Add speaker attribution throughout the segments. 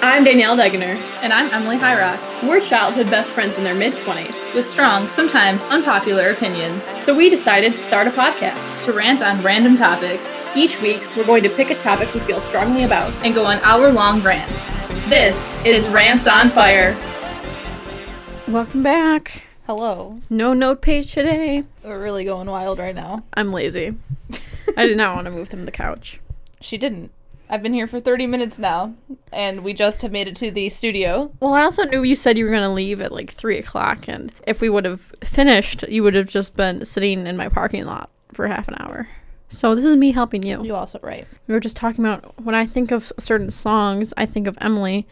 Speaker 1: I'm Danielle Degener.
Speaker 2: And I'm Emily Highrock,
Speaker 1: We're childhood best friends in their mid 20s,
Speaker 2: with strong, sometimes unpopular opinions
Speaker 1: so we decided to start a podcast.
Speaker 2: to rant on random topics
Speaker 1: Each week, we're going to pick a topic we feel strongly about.
Speaker 2: and go on hour long rants.
Speaker 1: This
Speaker 2: Is Rants on Fire?
Speaker 3: Welcome back.
Speaker 2: Hello.
Speaker 3: No note page today.
Speaker 2: We're really going wild right now.
Speaker 3: I'm lazy. I did not want to move them the couch.
Speaker 2: She didn't. I've been here for 30 minutes now, and we just have made it to the studio.
Speaker 3: Well, I also knew you said you were going to leave at like 3 o'clock, and if we would have finished, you would have just been sitting in my parking lot for half an hour. So this is me helping you.
Speaker 2: You also right.
Speaker 3: We were just talking about when I think of certain songs, I think of Emily,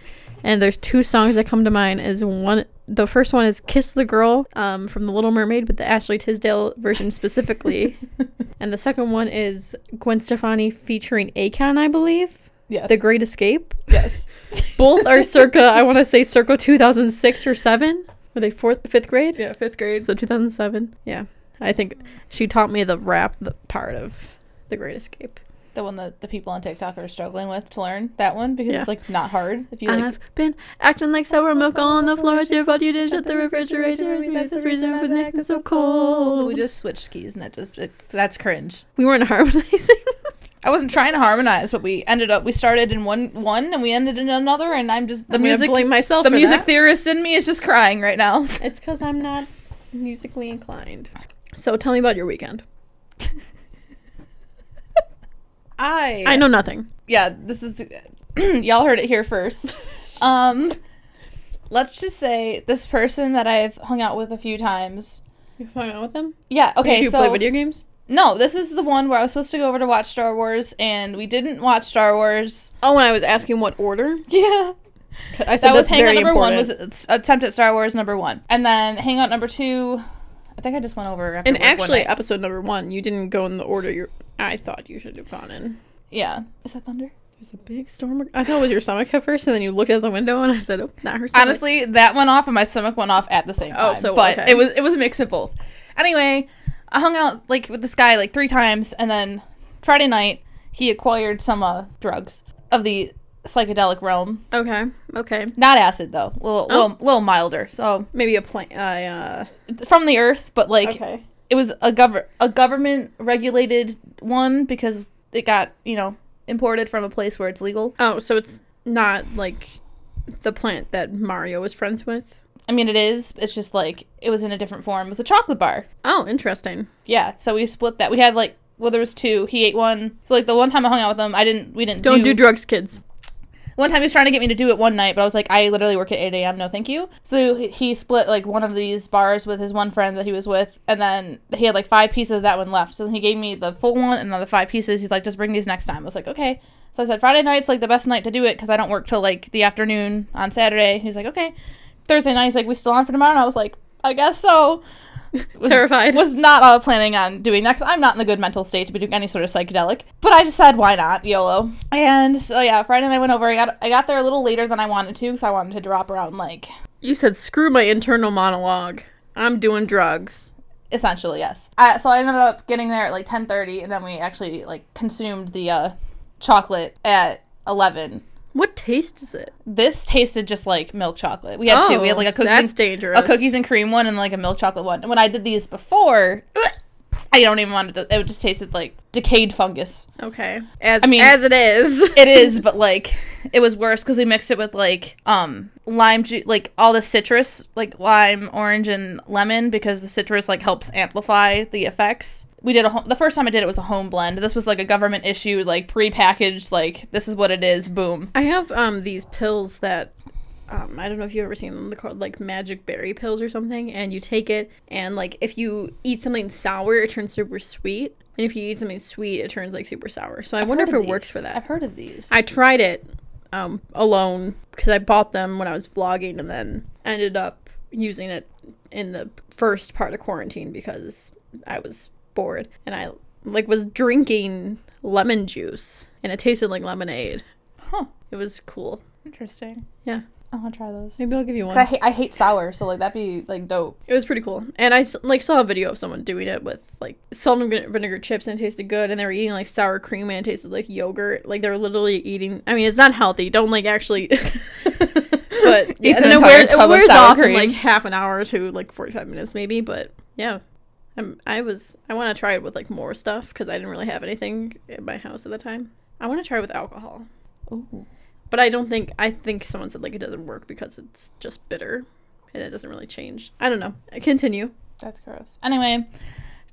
Speaker 3: and there's two songs that come to mind. Is one the first one is "Kiss the Girl" um, from The Little Mermaid, but the Ashley Tisdale version specifically, and the second one is Gwen Stefani featuring Akon, I believe.
Speaker 2: Yes.
Speaker 3: The Great Escape.
Speaker 2: yes.
Speaker 3: Both are circa, I want to say circa 2006 or 7. Were they fourth, fifth grade?
Speaker 2: Yeah, fifth grade.
Speaker 3: So 2007. Yeah. I think she taught me the rap the part of The Great Escape.
Speaker 2: The one that the people on TikTok are struggling with to learn. That one, because
Speaker 3: Yeah.
Speaker 2: it's like not hard. If you like.
Speaker 3: I've been acting like sour milk on the floor. It's your fault you didn't shut the refrigerator. and That's the reason I've been acting so cold.
Speaker 2: we just switched keys, and that just, it's, that's cringe.
Speaker 3: we weren't harmonizing.
Speaker 2: I wasn't trying to harmonize, but we ended up we started in one one and we ended in another, and I'm just the
Speaker 3: I'm gonna
Speaker 2: music
Speaker 3: blame myself.
Speaker 2: the
Speaker 3: for
Speaker 2: music
Speaker 3: that.
Speaker 2: theorist in me is just crying right now.
Speaker 3: It's because I'm not musically inclined. So tell me about your weekend.
Speaker 2: I
Speaker 3: I know nothing.
Speaker 2: Yeah, this is y'all heard it here first. Um, let's just say this person that I've hung out with a few times.
Speaker 3: You hung out with them?
Speaker 2: Yeah. Okay.
Speaker 3: Did you
Speaker 2: so
Speaker 3: play video games?
Speaker 2: no, this is the one where I was supposed to go over to watch Star Wars, and we didn't watch Star Wars.
Speaker 3: Oh, when I was asking what order,
Speaker 2: Yeah.
Speaker 3: 'Cause I said
Speaker 2: that was
Speaker 3: that's
Speaker 2: Hangout
Speaker 3: very
Speaker 2: number one. Was
Speaker 3: important.
Speaker 2: it's- attempt at Star Wars number one, and then Hangout number two. I think I just went over. After
Speaker 3: and
Speaker 2: work one
Speaker 3: actually,
Speaker 2: night.
Speaker 3: episode number one, you didn't go in the order you I thought you should have gone in.
Speaker 2: yeah, is that thunder?
Speaker 3: There's a big storm. I thought it was your stomach at first, and then you looked out the window, and I said, "Oh, not her." Stomach.
Speaker 2: Honestly, that went off and my stomach went off at the same
Speaker 3: Oh,
Speaker 2: time.
Speaker 3: so,
Speaker 2: but
Speaker 3: okay.
Speaker 2: it was it was a mix of both. Anyway, I hung out like with this guy like three times, and then Friday night he acquired some uh, drugs of the psychedelic realm.
Speaker 3: okay, okay,
Speaker 2: Not acid though,
Speaker 3: Oh.
Speaker 2: little little, little milder. So
Speaker 3: maybe a plant. Uh,
Speaker 2: from the earth, but like
Speaker 3: uh, okay,
Speaker 2: it was a gov- a government regulated one because it got you know imported from a place where it's legal.
Speaker 3: oh, so it's not like the plant that Mario was friends with.
Speaker 2: I mean, it is. It's just like it was in a different form. It was a chocolate bar.
Speaker 3: Oh, interesting.
Speaker 2: Yeah, so we split that. We had like well, there was two. He ate one. So like the one time I hung out with him, I didn't. We didn't.
Speaker 3: Don't do drugs, kids.
Speaker 2: one time he was trying to get me to do it one night, but I was like, I literally work at eight a.m. No, thank you. So he- he split like one of these bars with his one friend that he was with, and then he had like five pieces of that one left. So he gave me the full one and then the five pieces. He's like, just bring these next time. I was like, okay. So I said Friday night's like the best night to do it because I don't work till like the afternoon on Saturday. He's like, okay. Thursday night, he's like, we still on for tomorrow? And I was like, I guess so. Was-
Speaker 3: Terrified.
Speaker 2: was not uh, planning on doing that because I'm not in a good mental state to be doing any sort of psychedelic. But I just said, why not, YOLO? And so yeah, Friday night I went over. I got I got there a little later than I wanted to because I wanted to drop around like
Speaker 3: you said screw my internal monologue. I'm doing drugs.
Speaker 2: essentially yes. Uh, so I ended up getting there at like 10:30, and then we actually like consumed the uh, chocolate at 11.
Speaker 3: What taste is it?
Speaker 2: This tasted just like milk chocolate. We had two. We had like a cookies,
Speaker 3: Oh, That's
Speaker 2: and,
Speaker 3: dangerous.
Speaker 2: a cookies and cream one, and like a milk chocolate one. And when I did these before. I don't even want it to. It just tasted like decayed fungus.
Speaker 3: Okay. As I
Speaker 2: mean-
Speaker 3: mean, as it is.
Speaker 2: It is, but like it was worse because we mixed it with like um lime juice, like all the citrus, like lime, orange, and lemon, because the citrus like helps amplify the effects. We did a ho- the first time I did it was a home blend. This was like a government issue, like prepackaged, like this is what it is. Boom.
Speaker 3: I have um these pills that um I don't know if you've ever seen them. They're called like magic berry pills or something. And you take it, and like if you eat something sour, it turns super sweet. And if you eat something sweet, it turns like super sour. So I wonder if it works for that.
Speaker 2: I've heard of these.
Speaker 3: I tried it um alone because I bought them when I was vlogging, and then ended up using it in the first part of quarantine because I was bored and I like was drinking lemon juice and it tasted like lemonade.
Speaker 2: huh.
Speaker 3: It was cool.
Speaker 2: Interesting.
Speaker 3: Yeah.
Speaker 2: I want to try those. 'Cause
Speaker 3: Maybe I'll give you one.
Speaker 2: I, hate I hate sour, so like that'd be like dope.
Speaker 3: It was pretty cool, and I s- like saw a video of someone doing it with like salt and vine- vinegar chips, and it tasted good. And they were eating like sour cream, and it tasted like yogurt. Like they were literally eating. I mean, it's not healthy. Don't like actually. but yeah,
Speaker 2: an
Speaker 3: and then it,
Speaker 2: entire
Speaker 3: wear, it
Speaker 2: tub of
Speaker 3: wears
Speaker 2: sour
Speaker 3: off in
Speaker 2: cream.
Speaker 3: like half an hour to like forty five minutes maybe. But yeah, I'm, I was I want to try it with like more stuff because I didn't really have anything at my house at the time. I want to try it with alcohol,
Speaker 2: Ooh.
Speaker 3: but I don't think I think someone said like it doesn't work because it's just bitter and it doesn't really change. I don't know. Continue.
Speaker 2: That's gross. Anyway,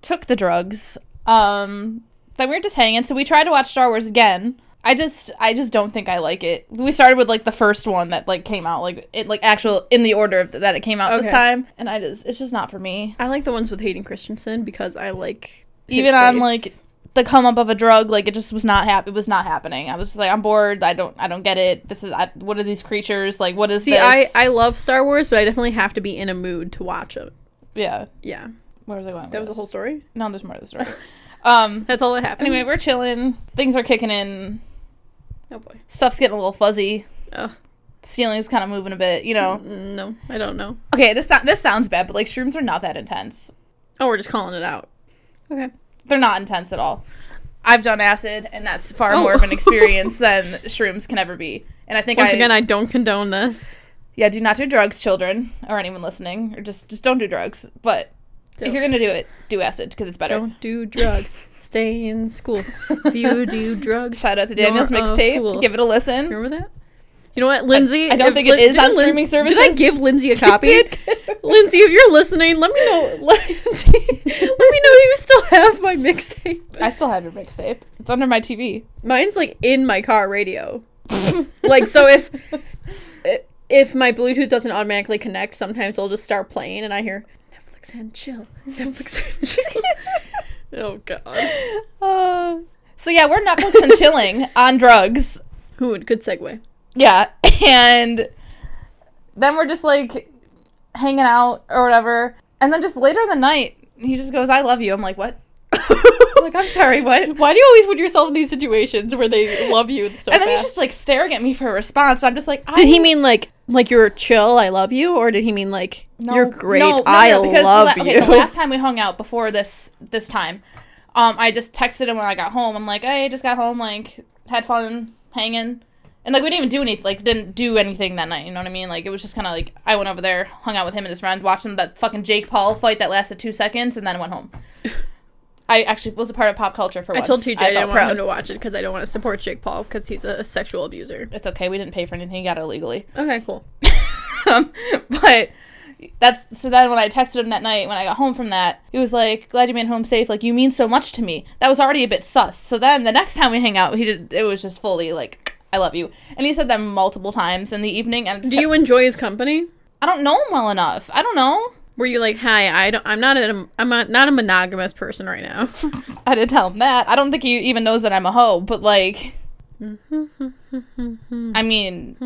Speaker 2: took the drugs. Um, then we were just hanging. So we tried to watch Star Wars again. I just, I just don't think I like it. We started with like the first one that like came out, like it, like actual in the order that it came out this
Speaker 3: Okay.
Speaker 2: time, and I just, it's just not for me.
Speaker 3: I like the ones with Hayden Christensen because I like his
Speaker 2: Even on
Speaker 3: face.
Speaker 2: like the come up of a drug, like it just was not hap- It was not happening. I was just like, I'm bored. I don't, I don't get it. This is, I, what are these creatures? Like, what is
Speaker 3: See,
Speaker 2: this?
Speaker 3: I I love Star Wars, but I definitely have to be in a mood to watch it.
Speaker 2: yeah.
Speaker 3: Yeah,
Speaker 2: Where was I going? with
Speaker 3: that was the
Speaker 2: this?
Speaker 3: whole story.
Speaker 2: No, there's more to the story. um.
Speaker 3: That's all that happened.
Speaker 2: Anyway, we're chilling. Things are kicking in.
Speaker 3: oh boy.
Speaker 2: stuff's getting a little fuzzy.
Speaker 3: Oh
Speaker 2: Stealing's kind of moving a bit, you know.
Speaker 3: no, I don't know.
Speaker 2: Okay, this so- this sounds bad, but like shrooms are not that intense.
Speaker 3: Oh, we're just calling it out. Okay.
Speaker 2: They're not intense at all. I've done acid, and that's far
Speaker 3: Oh.
Speaker 2: more of an experience than shrooms can ever be. And I think
Speaker 3: Once
Speaker 2: I,
Speaker 3: again, I don't condone this.
Speaker 2: yeah, do not do drugs, children, or anyone listening, or just just don't do drugs. But if
Speaker 3: Don't.
Speaker 2: you're gonna do it, do acid because it's better.
Speaker 3: Don't do drugs. Stay in school. If you do drugs,
Speaker 2: Shout out to Daniel's
Speaker 3: You're a
Speaker 2: mixtape.
Speaker 3: fool.
Speaker 2: Give it a listen.
Speaker 3: remember that. You know what, Lindsay?
Speaker 2: I don't
Speaker 3: if
Speaker 2: think it
Speaker 3: Lin-
Speaker 2: is
Speaker 3: did
Speaker 2: on
Speaker 3: Lin-
Speaker 2: streaming
Speaker 3: Did I
Speaker 2: services.
Speaker 3: give Lindsay a copy?
Speaker 2: did.
Speaker 3: Lindsay, if you're listening, let me know. Let, let me know you still have my mixtape.
Speaker 2: I still have your mixtape. It's under my TV.
Speaker 3: Mine's like in my car radio. like so, if if my Bluetooth doesn't automatically connect, sometimes I'll just start playing, and I hear Netflix and chill. Netflix and chill. oh God.
Speaker 2: Uh, so yeah, we're Netflix and chilling on drugs.
Speaker 3: Ooh, good segue.
Speaker 2: Yeah. And then we're just like hanging out or whatever. And then just later in the night, he just goes, I love you. I'm like, what? I'm like, I'm sorry, what? And
Speaker 3: Why do you always put yourself in these situations where they love you so
Speaker 2: then he's just like staring at me for a response. So I'm just like, I
Speaker 3: Did he mean like like you're chill, I love you, or did he mean like
Speaker 2: No,
Speaker 3: you're great,
Speaker 2: no, no, no,
Speaker 3: I
Speaker 2: because the
Speaker 3: love
Speaker 2: la- okay,
Speaker 3: you?
Speaker 2: The last time we hung out before this this time, um, I just texted him when I got home. I'm like, hey, I just got home, like had fun hanging, and like we didn't even do anything, like didn't do anything that night. You know what I mean? Like it was just kind of like I went over there, hung out with him and his friend, watched him that fucking Jake Paul fight that lasted two seconds, and then went home. I actually was a part of pop culture for
Speaker 3: I
Speaker 2: once.
Speaker 3: told TJ I,
Speaker 2: felt
Speaker 3: didn't want him
Speaker 2: proud.
Speaker 3: to watch it because I don't want to support Jake Paul because he's a sexual abuser.
Speaker 2: It's okay. We didn't pay for anything. He got it illegally.
Speaker 3: Okay, cool.
Speaker 2: um, but that's so then when I texted him that night when I got home from that, he was like, "Glad you made it home safe. Like you mean so much to me." That was already a bit sus. So then the next time we hang out, he did, it was just fully like, "I love you," and he said that multiple times in the evening. And
Speaker 3: Do you enjoy his company?
Speaker 2: I don't know him well enough. I don't know.
Speaker 3: Were you like, hi, I don't, I'm not a, I'm a, not a monogamous person right now.
Speaker 2: I did tell him that. I don't think he even knows that I'm a hoe. But like, I mean,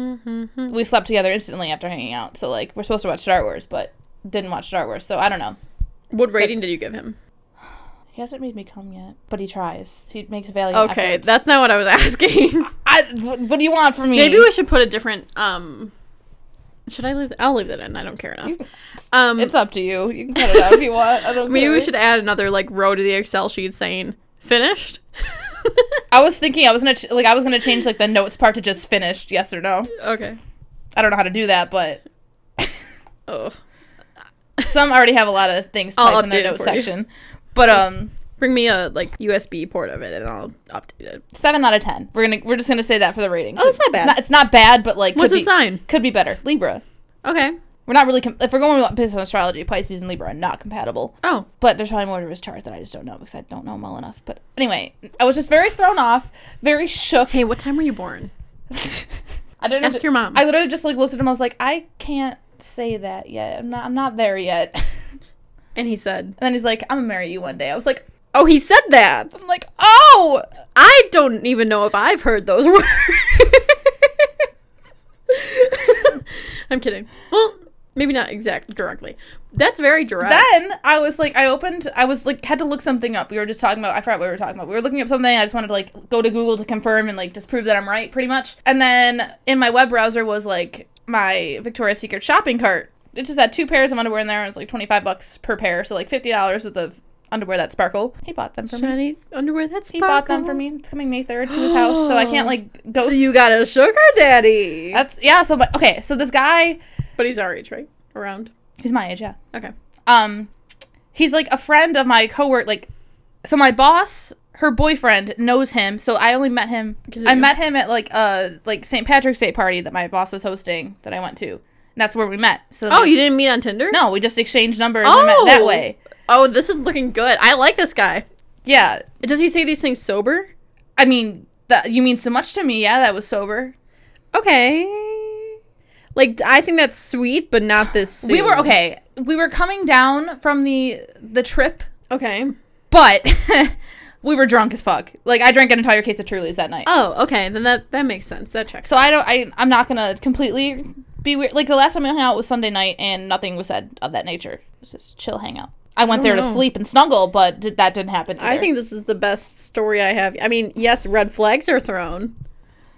Speaker 2: we slept together instantly after hanging out. So like, we're supposed to watch Star Wars, but didn't watch Star Wars. So I don't know.
Speaker 3: what rating did you give him?
Speaker 2: He hasn't made me come yet, but he tries. He makes valiant
Speaker 3: Okay,
Speaker 2: efforts.
Speaker 3: that's not what I was asking.
Speaker 2: I. wh- What do you want from me?
Speaker 3: Maybe we should put a different. um Should I leave? I'll leave that in. I don't care enough. Um,
Speaker 2: it's up to you. You can cut it out if you want. I don't.
Speaker 3: maybe we
Speaker 2: care.
Speaker 3: should add another like row to the Excel sheet saying finished.
Speaker 2: I was thinking I was gonna ch- like I was gonna change like the notes part to just finished. Yes or no.
Speaker 3: okay.
Speaker 2: I don't know how to do that, but
Speaker 3: Oh,
Speaker 2: some already have a lot of things
Speaker 3: I'll
Speaker 2: typed in
Speaker 3: update
Speaker 2: their
Speaker 3: it
Speaker 2: notes
Speaker 3: for you.
Speaker 2: section. But um,
Speaker 3: bring me a like USB port of it, and I'll update it.
Speaker 2: seven out of ten. We're gonna we're just gonna say that for the rating.
Speaker 3: Oh, that's not bad.
Speaker 2: it's not bad, but like
Speaker 3: What's
Speaker 2: could
Speaker 3: the
Speaker 2: be,
Speaker 3: sign?
Speaker 2: Could be better. Libra.
Speaker 3: Okay.
Speaker 2: We're not really com- if we're going based on astrology, Pisces and Libra are not compatible.
Speaker 3: Oh,
Speaker 2: but there's probably more to his chart that I just don't know because I don't know him well enough. But anyway, I was just very thrown off, very shook.
Speaker 3: hey, what time were you born?
Speaker 2: I didn't
Speaker 3: Ask your mom.
Speaker 2: I literally just like looked at him. I was like, I can't say that yet. I'm not. I'm not there yet. and
Speaker 3: And he said,
Speaker 2: then he's like, I'm gonna marry you one day. I was like,
Speaker 3: "Oh, he said that."
Speaker 2: I'm like, oh.
Speaker 3: I don't even know if I've heard those words. I'm kidding. Well, maybe not exact directly. That's very direct.
Speaker 2: Then I was like, I opened. I was like, had to look something up. We were just talking about. I forgot what we were talking about. We were looking up something. I just wanted to like go to Google to confirm and like just prove that I'm right, pretty much. And then in my web browser was like my Victoria's Secret shopping cart. It just had two pairs of underwear in there, and it was like twenty five bucks per pair, so like fifty dollars worth of underwear that sparkle. He bought them for me.
Speaker 3: Shiny underwear. That's
Speaker 2: He bought them for me. It's coming May third to his house, so I can't like go.
Speaker 3: So you got a sugar daddy.
Speaker 2: That's yeah. So my, okay, so this guy,
Speaker 3: But he's our age, right? Around.
Speaker 2: he's my age, yeah.
Speaker 3: Okay.
Speaker 2: um he's like a friend of my coworker like so my boss her boyfriend knows him so i only met him
Speaker 3: Because
Speaker 2: i
Speaker 3: you-
Speaker 2: met him at like a like st patrick's day party that my boss was hosting that i went to and that's where we met so
Speaker 3: Oh,
Speaker 2: we
Speaker 3: you
Speaker 2: just-
Speaker 3: didn't meet on Tinder?
Speaker 2: no we just exchanged numbers and met that
Speaker 3: Oh.
Speaker 2: way
Speaker 3: Oh, this is looking good. I like this guy.
Speaker 2: yeah
Speaker 3: Does he say these things sober?
Speaker 2: i mean that you mean so much to me yeah that was sober
Speaker 3: Okay. Like I think that's sweet, but not this. Soon.
Speaker 2: we were okay we were coming down from the the trip
Speaker 3: Okay.
Speaker 2: but we were drunk as fuck like i drank an entire case of trulies that night
Speaker 3: Oh, okay. Then that that makes sense. That checks.
Speaker 2: So I don't. I I'm not gonna completely be weird. Like the last time I hung out was Sunday night, and nothing was said of that nature. It was just chill hangout. I went there to
Speaker 3: know.
Speaker 2: sleep and snuggle, but did, that didn't happen.
Speaker 3: Oh, I
Speaker 2: either.
Speaker 3: think this is the best story I have. I mean, yes, red flags are thrown,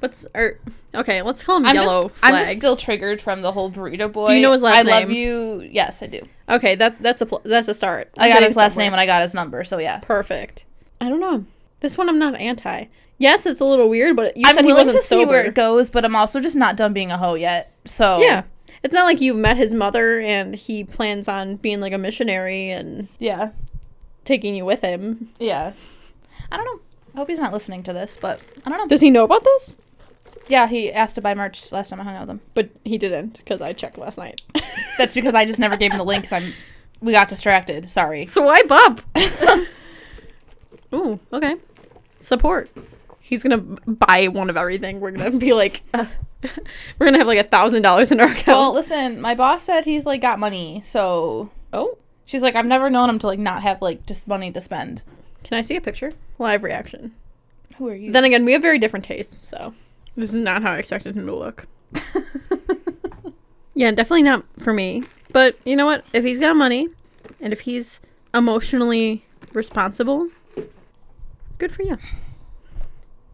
Speaker 3: but s- are okay. Let's call them
Speaker 2: I'm
Speaker 3: yellow
Speaker 2: just,
Speaker 3: flags.
Speaker 2: I'm just still triggered from the whole burrito boy.
Speaker 3: you know his last
Speaker 2: I love
Speaker 3: name?
Speaker 2: you. Yes, I do.
Speaker 3: okay. That that's a pl- that's a start.
Speaker 2: I
Speaker 3: We're
Speaker 2: got
Speaker 3: getting
Speaker 2: his last
Speaker 3: somewhere.
Speaker 2: name and I got his number. So yeah,
Speaker 3: Perfect. I don't know. This one I'm not anti. Yes, it's a little weird, but you said
Speaker 2: I'm
Speaker 3: he
Speaker 2: willing to
Speaker 3: wasn't
Speaker 2: see
Speaker 3: sober.
Speaker 2: where it goes, but I'm also just not done being a hoe yet. So
Speaker 3: Yeah. It's not like you've met his mother and he plans on being like a missionary and
Speaker 2: yeah,
Speaker 3: taking you with him.
Speaker 2: yeah. I don't know. I hope he's not listening to this, but I don't know.
Speaker 3: Does he know about this?
Speaker 2: Yeah, he asked to buy merch last time I hung out with him.
Speaker 3: But he didn't because I checked last night.
Speaker 2: That's because I just never gave him the link 'cause I'm we got distracted. Sorry.
Speaker 3: Swipe up. Ooh, okay. Support. He's gonna buy one of everything. We're gonna be like, uh, we're gonna have like a thousand dollars in our account.
Speaker 2: Well, listen, my boss said he's like got money, so
Speaker 3: oh,
Speaker 2: she's like, I've never known him to like not have like just money to spend.
Speaker 3: can I see a picture? Live reaction.
Speaker 2: Who are you?
Speaker 3: Then again, we have very different tastes, so this is not how I expected him to look. Yeah, definitely not for me. But you know what? If he's got money and if he's emotionally responsible, good for you.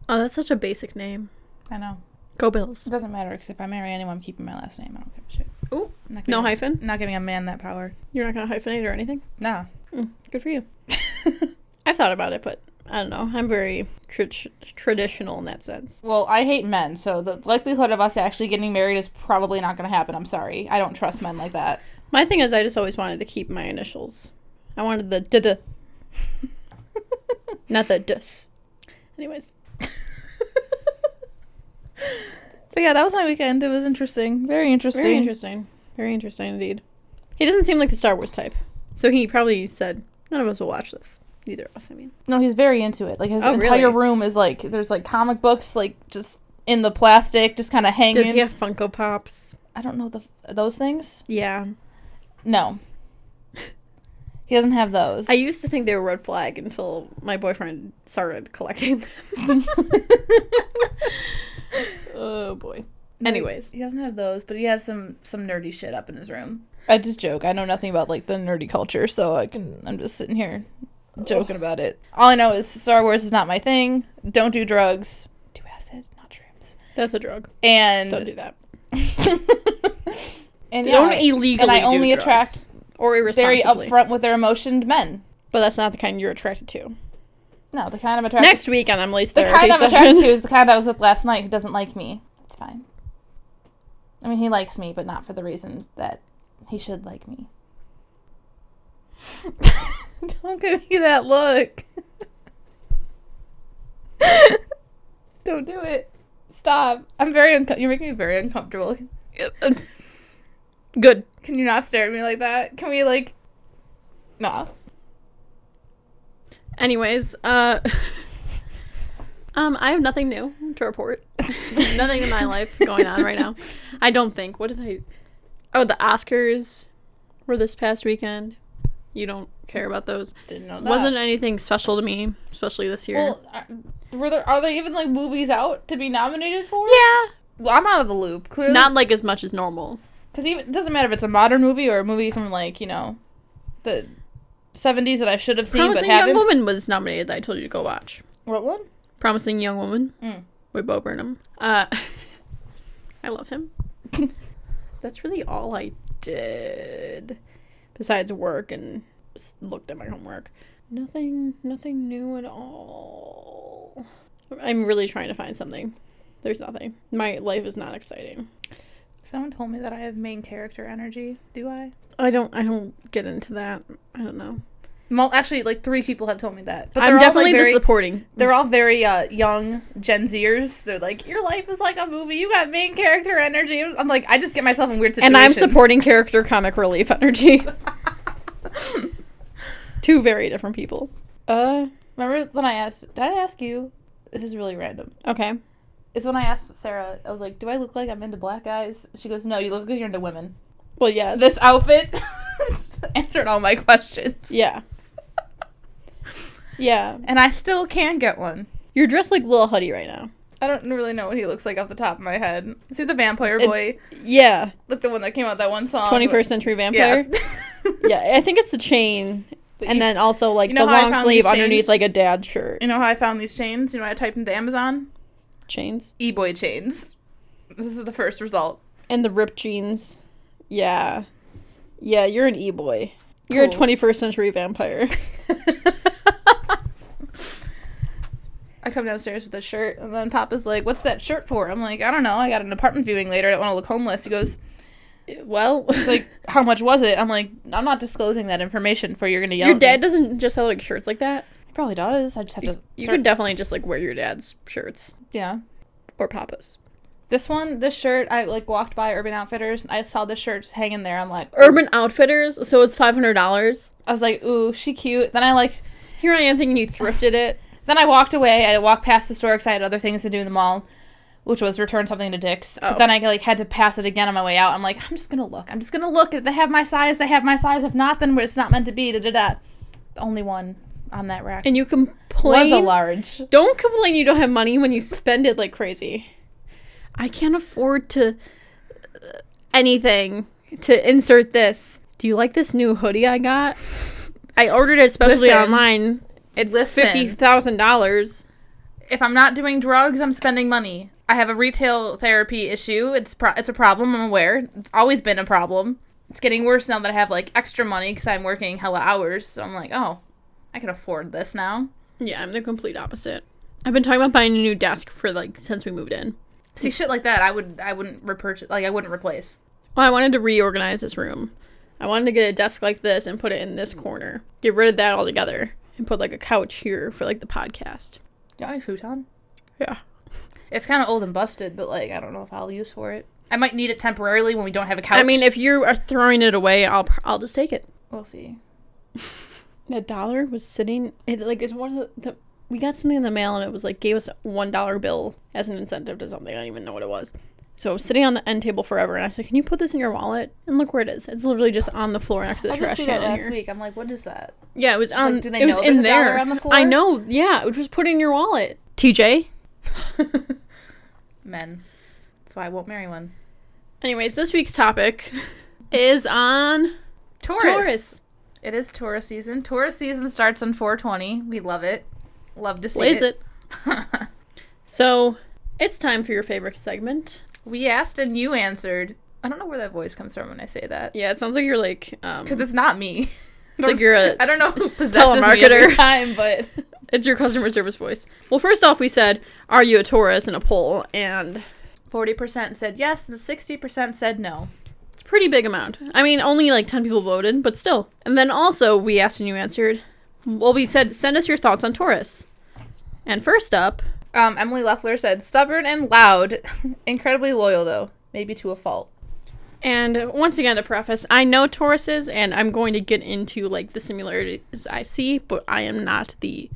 Speaker 3: Oh, that's such a basic name.
Speaker 2: I know.
Speaker 3: Go Bills.
Speaker 2: It doesn't matter because if I marry anyone, I'm keeping my last name. I don't give a shit.
Speaker 3: Ooh,
Speaker 2: I'm not
Speaker 3: no
Speaker 2: giving-
Speaker 3: hyphen.
Speaker 2: Not giving a man that power.
Speaker 3: You're not gonna hyphenate or anything.
Speaker 2: Nah.
Speaker 3: Mm, good for you. I've thought about it, but I don't know. I'm very tr- traditional in that sense.
Speaker 2: Well, I hate men, so the likelihood of us actually getting married is probably not going to happen. I'm sorry. I don't trust men like that.
Speaker 3: My thing is, I just always wanted to keep my initials. I wanted the duh duh, not the dus. Anyways,
Speaker 2: But yeah, that was my weekend. It was interesting. Very interesting.
Speaker 3: very interesting. Very interesting indeed. He doesn't seem like the Star Wars type, so he probably said none of us will watch this. Neither of us, I mean.
Speaker 2: No, he's very into it. Like his
Speaker 3: Oh,
Speaker 2: entire
Speaker 3: really?
Speaker 2: room is like there's like comic books like just in the plastic, just kind of hanging.
Speaker 3: Does he have Funko Pops?
Speaker 2: I don't know the those things.
Speaker 3: Yeah.
Speaker 2: No, he doesn't have those.
Speaker 3: I used to think they were red flag until my boyfriend started collecting them. oh boy.
Speaker 2: No, he-
Speaker 3: Anyways,
Speaker 2: he doesn't have those, but he has some some nerdy shit up in his room. I just joke. I know nothing about like the nerdy culture, so I can. I'm just sitting here joking about it. All I know is Star Wars is not my thing. Don't do drugs. Do acid, not shrooms.
Speaker 3: that's a drug.
Speaker 2: And
Speaker 3: Don't do that.
Speaker 2: and yeah,
Speaker 3: Don't
Speaker 2: I-
Speaker 3: illegally.
Speaker 2: and I
Speaker 3: do
Speaker 2: only
Speaker 3: drugs.
Speaker 2: attract
Speaker 3: or
Speaker 2: very
Speaker 3: irresponsibly.
Speaker 2: upfront with their emotion men.
Speaker 3: But that's not the kind you're attracted to.
Speaker 2: No, the kind I'm attracted
Speaker 3: Next week on Emily's
Speaker 2: the
Speaker 3: therapy
Speaker 2: kind I'm
Speaker 3: session.
Speaker 2: attracted to is the kind I was with last night who doesn't like me. It's fine. I mean, he likes me, but not for the reason that he should like me. Don't give me that look. Don't do it. Stop. I'm very unco- you're making me very uncomfortable.
Speaker 3: Good.
Speaker 2: Can you not stare at me like that? Can we like Nah.
Speaker 3: Anyways, uh, um, I have nothing new to report. nothing in my life going on right now. I don't think. What did I? Oh, the Oscars were this past weekend. You don't care about those.
Speaker 2: Didn't know that.
Speaker 3: Wasn't anything special to me, especially this year.
Speaker 2: Well, are, were there are there even like movies out to be nominated for?
Speaker 3: yeah,
Speaker 2: Well, I'm out of the loop. Clearly,
Speaker 3: not like as much as normal.
Speaker 2: because even it doesn't matter if it's a modern movie or a movie from like you know, the '70s that I should have seen
Speaker 3: Promising
Speaker 2: but haven't.
Speaker 3: Young Woman was nominated. That I told you to go watch.
Speaker 2: What one?
Speaker 3: Promising Young Woman
Speaker 2: Mm.
Speaker 3: with Bo Burnham. Uh, I love him. that's really all I did besides work and s- looked at my homework. Nothing, nothing new at all. I'm really trying to find something. There's nothing. My life is not exciting.
Speaker 2: Someone told me that I have main character energy. Do I?
Speaker 3: I don't. I don't get into that. I don't know.
Speaker 2: Well, actually, like three people have told me that. But
Speaker 3: I'm
Speaker 2: they're all, like,
Speaker 3: definitely
Speaker 2: very-
Speaker 3: the supporting.
Speaker 2: They're all very uh, young Gen Zers. They're like, your life is like a movie. You got main character energy. I'm like, I just get myself in weird
Speaker 3: And
Speaker 2: situations.
Speaker 3: I'm supporting character comic relief energy. Two very different people. Uh,
Speaker 2: Remember when I asked? Did I ask you? This is really random.
Speaker 3: okay.
Speaker 2: It's when I asked Sarah. I was like, "Do I look like I'm into black guys?" She goes, "No, you look like you're into women."
Speaker 3: Well, yes.
Speaker 2: This outfit answered all my questions,
Speaker 3: Yeah. yeah.
Speaker 2: and I still can get one.
Speaker 3: You're dressed like Lil Huddy right now.
Speaker 2: I don't really know what he looks like off the top of my head. Is he the vampire
Speaker 3: It's-
Speaker 2: boy?
Speaker 3: Yeah.
Speaker 2: Like the one that came out that one song.
Speaker 3: 21st century
Speaker 2: Uh, Yeah.
Speaker 3: vampire. Yeah. I think it's the chain.
Speaker 2: But
Speaker 3: And
Speaker 2: you-
Speaker 3: then also like
Speaker 2: you know
Speaker 3: the
Speaker 2: how I
Speaker 3: long
Speaker 2: found
Speaker 3: sleeve
Speaker 2: these
Speaker 3: underneath
Speaker 2: chains?
Speaker 3: like a dad shirt.
Speaker 2: You know how I found these chains? You know what I typed into Amazon?
Speaker 3: Chains.
Speaker 2: E boy chains. This is the first result.
Speaker 3: And the ripped jeans. Yeah. Yeah, you're an e boy. You're a
Speaker 2: Cool.
Speaker 3: 21st century vampire.
Speaker 2: I come downstairs with a shirt, and then Papa's like, What's that shirt for? I'm like, I don't know. I got an apartment viewing later. I don't want to look homeless. He goes,
Speaker 3: well,
Speaker 2: He's like, How much was it? I'm like, I'm not disclosing that information for you're going to yell.
Speaker 3: your
Speaker 2: at me."
Speaker 3: dad doesn't just sell like shirts like that.
Speaker 2: He probably does. I just have to.
Speaker 3: You
Speaker 2: start-
Speaker 3: could definitely just like wear your dad's shirts
Speaker 2: yeah.
Speaker 3: or papa's.
Speaker 2: This one, this shirt, I like walked by Urban Outfitters and I saw this shirt just hanging there. I'm like,
Speaker 3: Urban Outfitters, so it's five hundred dollars.
Speaker 2: I was like, ooh, she cute. Then I liked,
Speaker 3: Here I am thinking you thrifted it.
Speaker 2: then I walked away. I walked past the store because I had other things to do in the mall, which was return something to Dick's.
Speaker 3: Oh.
Speaker 2: But then I like had to pass it again on my way out. I'm like, I'm just gonna look. I'm just gonna look. If they have my size, they have my size. If not, then it's not meant to be. Da da da. The only one on that rack
Speaker 3: And you
Speaker 2: was
Speaker 3: complain.
Speaker 2: a large.
Speaker 3: Don't complain you don't have money when you spend it like crazy. I can't afford to uh, anything to insert this. Do you like this new hoodie I got? I ordered it specially
Speaker 2: Listen.
Speaker 3: online. It's
Speaker 2: Listen.
Speaker 3: fifty thousand dollars.
Speaker 2: If I'm not doing drugs, I'm spending money. I have a retail therapy issue. It's pro- it's a problem. I'm aware. It's always been a problem. It's getting worse now that I have like extra money because I'm working hella hours. So I'm like, oh, I can afford this now.
Speaker 3: Yeah, I'm the complete opposite. I've been talking about buying a new desk for like since we moved in.
Speaker 2: See shit like that, I would I wouldn't repurchase like I wouldn't replace.
Speaker 3: Well, I wanted to reorganize this room. I wanted to get a desk like this and put it in this corner. Get rid of that altogether and put like a couch here for like the podcast.
Speaker 2: You got my futon?
Speaker 3: Yeah.
Speaker 2: It's kind of old and busted, but like I don't know if I'll use for it. I might need it temporarily when we don't have a couch.
Speaker 3: I mean, if you are throwing it away, I'll pr- I'll just take it.
Speaker 2: we'll see.
Speaker 3: The dollar was sitting it, like it's one of the, the we got something in the mail and it was like gave us a one dollar bill as an incentive to something. I don't even know what it was. So it was sitting on the end table forever, and I said, "Can you put this in your wallet?" And look where it is. It's literally just on the floor next to the
Speaker 2: I did
Speaker 3: trash
Speaker 2: see
Speaker 3: can.
Speaker 2: that
Speaker 3: in
Speaker 2: last
Speaker 3: here.
Speaker 2: week. I'm like, what is that?
Speaker 3: Yeah, it was on.
Speaker 2: do they
Speaker 3: it was
Speaker 2: know
Speaker 3: in
Speaker 2: there's a dollar
Speaker 3: there.
Speaker 2: on the
Speaker 3: I
Speaker 2: floor?
Speaker 3: know. Yeah, it was just put it in your wallet. TJ.
Speaker 2: Men. That's why I won't marry one.
Speaker 3: Anyways, this week's topic is on
Speaker 2: Taurus.
Speaker 3: Taurus.
Speaker 2: It is Taurus season. Taurus season starts on 420. We love it. Love to see
Speaker 3: Blaze
Speaker 2: it.
Speaker 3: it. So it's time for your favorite segment.
Speaker 2: we asked and you answered. I don't know where that voice comes from when I say that.
Speaker 3: Yeah, it sounds like you're like um,
Speaker 2: Because it's not me.
Speaker 3: it's like you're a
Speaker 2: I don't know who possesses me
Speaker 3: telemarketer.
Speaker 2: every time, but
Speaker 3: it's your customer service voice. Well, first off, we said, "Are you a Taurus?" in a poll, and
Speaker 2: 40% said yes and 60% said no.
Speaker 3: it's a pretty big amount. I mean, only like ten people voted, but still. And then also we asked and you answered. Well, we said, "Send us your thoughts on Taurus." And first up,
Speaker 2: Um, Emily Leffler said stubborn and loud. Incredibly loyal, though. Maybe to a fault.
Speaker 3: And once again, to preface, I know Tauruses, and I'm going to get into like the similarities I see, but I am not the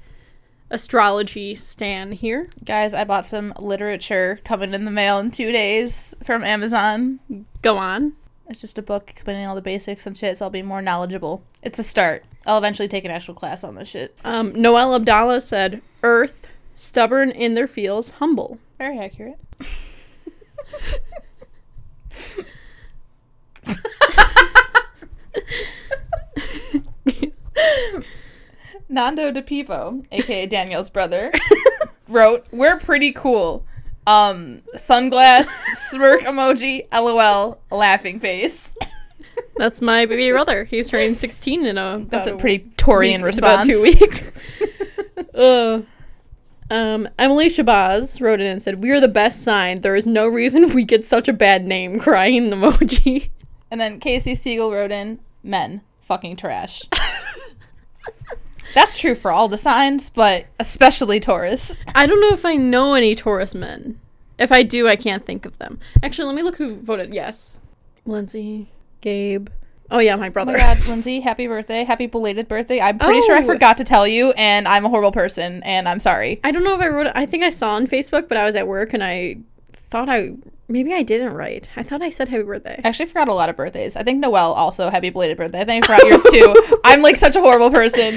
Speaker 3: astrology stan here.
Speaker 2: Guys, I bought some literature coming in the mail in two days from Amazon.
Speaker 3: Go on.
Speaker 2: It's just a book explaining all the basics and shit, so I'll be more knowledgeable. It's a start. I'll eventually take an actual class on this shit.
Speaker 3: Um, Noel Abdallah said, "Earth, stubborn in their feels, humble."
Speaker 2: Very accurate. Nando DePipo, aka Danielle's brother, wrote, "We're pretty cool." Um, sunglass smirk emoji, lol, laughing face.
Speaker 3: That's my baby brother. He's turning 16 in a.
Speaker 2: That's a
Speaker 3: about
Speaker 2: pretty Torian
Speaker 3: week-
Speaker 2: response.
Speaker 3: About two weeks. Ugh. Um, Emily Shabazz wrote in and said, "We are the best sign. There is no reason we get such a bad name." Crying emoji.
Speaker 2: And then Casey Siegel wrote in, men, fucking trash. That's true for all the signs, but especially Taurus.
Speaker 3: I don't know if I know any Taurus men. If I do, I can't think of them. Actually, let me look who voted yes. Lindsay, Gabe. Oh yeah, my
Speaker 2: Oh
Speaker 3: brother.
Speaker 2: my god, Lindsay, happy birthday. Happy belated birthday. I'm pretty sure I
Speaker 3: Oh.
Speaker 2: forgot to tell you, and I'm a horrible person, and I'm sorry.
Speaker 3: I don't know if I wrote it. I think I saw on Facebook, but I was at work and I thought I maybe I didn't write. I thought I said happy birthday.
Speaker 2: I actually forgot a lot of birthdays. I think Noelle also, happy belated birthday. I think I forgot yours too. I'm like such a horrible person.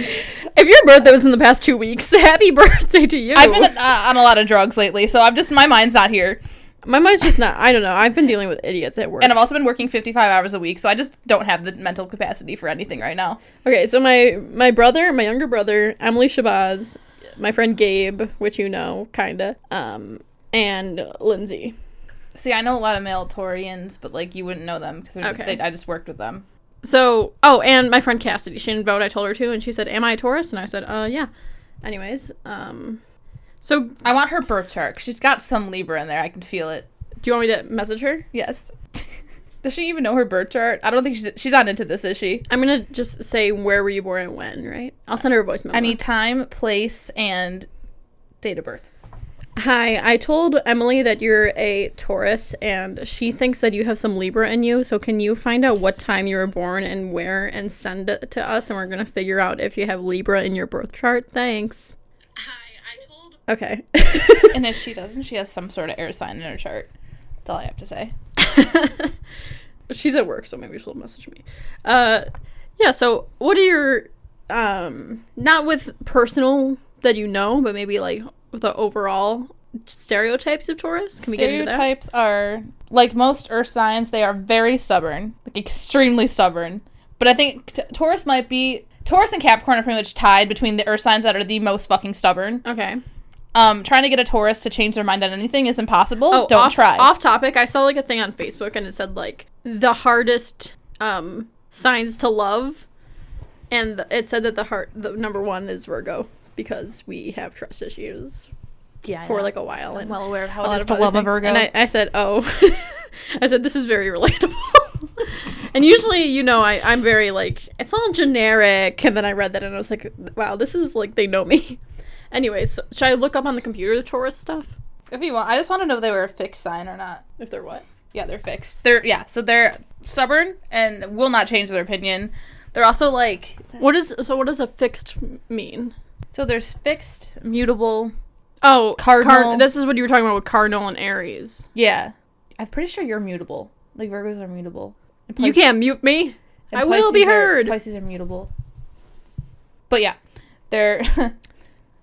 Speaker 3: If your birthday was in the past two weeks, happy birthday to you.
Speaker 2: I've been uh, on a lot of drugs lately, so I'm just, my mind's not here.
Speaker 3: My mind's just not. I don't know. I've been dealing with idiots at work.
Speaker 2: And I've also been working 55 hours a week, so I just don't have the mental capacity for anything right now.
Speaker 3: okay, so my my brother, my younger brother, Emily Shabazz, my friend Gabe, which you know, kinda, um, and Lindsay.
Speaker 2: See, I know a lot of male Taurians, but like you wouldn't know them because
Speaker 3: Okay.
Speaker 2: they I just worked with them.
Speaker 3: So, oh, and my friend Cassidy. She didn't vote. I told her to, and she said, "Am I a Taurus?" And I said, "Uh, yeah." Anyways, um, so do
Speaker 2: I want her birth chart. 'cause She's got some Libra in there. I can feel it.
Speaker 3: you want me to message her?
Speaker 2: Yes. Does she even know her birth chart? I don't think she's she's not into this, is she?
Speaker 3: I'm gonna just say where were you born and when, right? I'll send her a voice memo.
Speaker 2: I need time, place, and date of birth.
Speaker 3: Hi, I told Emily that you're a Taurus, and she thinks that you have some Libra in you. So, can you find out what time you were born and where and send it to us? And we're going to figure out if you have Libra in your birth chart. Thanks. Hi, I told. Okay.
Speaker 2: And if she doesn't, she has some sort of air sign in her chart. That's all I have to say.
Speaker 3: She's at work, so maybe she'll message me. Uh, yeah, so what are your. Um, not with personal that you know, but maybe like the overall stereotypes of Taurus? Can we get into that?
Speaker 2: Stereotypes are like most Earth signs; they are very stubborn, like extremely stubborn. But I think t- Taurus might be Taurus and Capricorn are pretty much tied between the Earth signs that are the most fucking stubborn.
Speaker 3: Okay.
Speaker 2: Um, trying to get a Taurus to change their mind on anything is impossible.
Speaker 3: Oh,
Speaker 2: Don't
Speaker 3: off,
Speaker 2: try.
Speaker 3: Off topic, I saw like a thing on Facebook and it said like the hardest um signs to love, and th- it said that the heart, the number one is Virgo because we have trust issues
Speaker 2: yeah,
Speaker 3: for like a while and
Speaker 2: well aware of how
Speaker 3: a
Speaker 2: it
Speaker 3: lot
Speaker 2: is
Speaker 3: of
Speaker 2: to
Speaker 3: other
Speaker 2: love a
Speaker 3: things.
Speaker 2: Virgo.
Speaker 3: And I, I said, oh, I said this is very relatable. and usually, you know, I I'm very like it's all generic, and then I read that and I was like, wow, this is like they know me. Anyways, so, should I look up on the computer the Taurus stuff?
Speaker 2: if you want, I just want to know if they were a fixed sign or not.
Speaker 3: If they're what?
Speaker 2: Yeah, they're fixed. They're yeah, so they're stubborn and will not change their opinion. They're also like
Speaker 3: What is so? What does a fixed m- mean?
Speaker 2: so. There's fixed, mutable.
Speaker 3: Oh,
Speaker 2: Cardinal.
Speaker 3: this is what you were talking about with cardinal and Aries.
Speaker 2: Yeah. I'm pretty sure you're mutable. Like Virgos are mutable. And
Speaker 3: you
Speaker 2: Pis-
Speaker 3: can't mute me.
Speaker 2: and
Speaker 3: I will be
Speaker 2: Pisces are-
Speaker 3: heard.
Speaker 2: Pisces are mutable. But yeah, they're.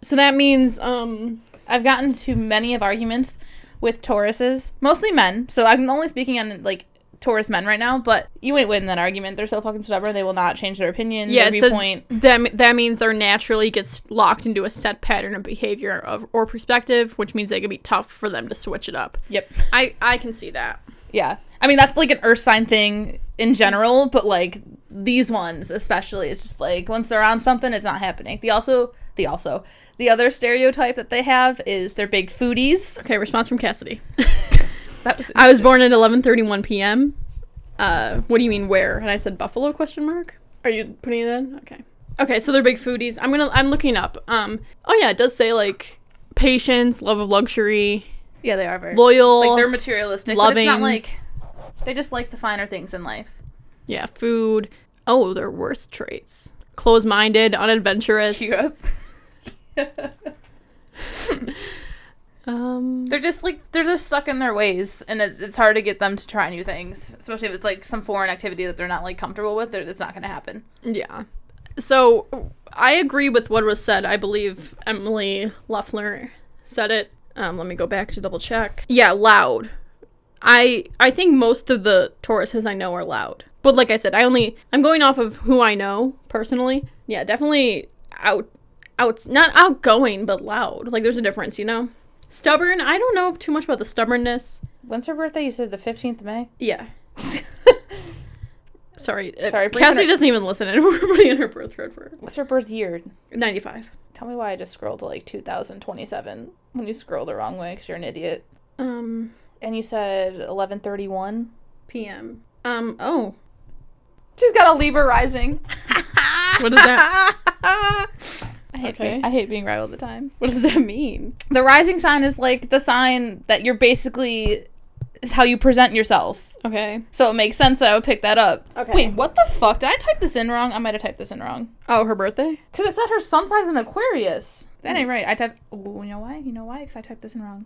Speaker 3: so that means um.
Speaker 2: I've gotten to many of arguments with Tauruses, mostly men. So I'm only speaking on like Taurus men right now. But you ain't winning that argument. They're so fucking stubborn. They will not change their opinion.
Speaker 3: Yeah,
Speaker 2: Yeah,
Speaker 3: it
Speaker 2: their
Speaker 3: says
Speaker 2: viewpoint.
Speaker 3: that me- that means they're naturally gets locked into a set pattern of behavior of, or perspective, which means they can be tough for them to switch it up.
Speaker 2: Yep.
Speaker 3: I I can see that.
Speaker 2: Yeah. I mean that's like an Earth sign thing in general, but like these ones especially, it's just like once they're on something, it's not happening. The also the also the other stereotype that they have is they're big foodies.
Speaker 3: Okay, response from Cassidy.
Speaker 2: That was
Speaker 3: I was born at 11:31 p.m. Uh, what do you mean where? And I said Buffalo question mark. Are you putting it in? Okay. Okay, so they're big foodies. I'm going to I'm looking up. Um oh yeah, it does say like patience, love of luxury,
Speaker 2: yeah, they are very
Speaker 3: loyal.
Speaker 2: like they're materialistic, but it's not
Speaker 3: loving.
Speaker 2: like they just like the finer things in life.
Speaker 3: yeah, food. Oh, their worst traits. Close-minded, unadventurous. Um
Speaker 2: they're just like they're just stuck in their ways, and it, it's hard to get them to try new things, especially if it's like some foreign activity that they're not like comfortable with. They're, it's not going to happen.
Speaker 3: Yeah. So I agree with what was said. I believe Emily Loeffler said it. Um, let me go back to double check. Yeah, loud. I I think most of the Tauruses I know are loud. But like I said, I only I'm going off of who I know personally. Yeah, definitely out out not outgoing, but loud. Like there's a difference, you know? Stubborn, I don't know too much about the stubbornness.
Speaker 2: When's her birthday? You said the 15th of May?
Speaker 3: Yeah. Sorry.
Speaker 2: Sorry,
Speaker 3: Sorry.
Speaker 2: Brie Connor-
Speaker 3: Cassie doesn't even listen anymore. We're putting in her birth record for her.
Speaker 2: What's her birth year?
Speaker 3: 95.
Speaker 2: Tell me why I just scrolled to like 2027 when you scroll the wrong way because you're an idiot.
Speaker 3: Um,
Speaker 2: And you said 1131?
Speaker 3: PM. Um, oh.
Speaker 2: She's got a Libra rising.
Speaker 3: What does that-
Speaker 2: I hate,
Speaker 3: Okay.
Speaker 2: being, I hate being right all the time.
Speaker 3: What does that mean?
Speaker 2: The rising sign is like the sign that you're basically is how you present yourself.
Speaker 3: Okay.
Speaker 2: So it makes sense that I would pick that up.
Speaker 3: Okay.
Speaker 2: Wait, what the fuck? Did I type this in wrong? I might have typed this in wrong.
Speaker 3: Oh, her birthday?
Speaker 2: Cause it said her sun sign's in Aquarius. That
Speaker 3: Hmm.
Speaker 2: ain't right. I typed. Ooh, you know why? You know why? Cause I typed this in wrong.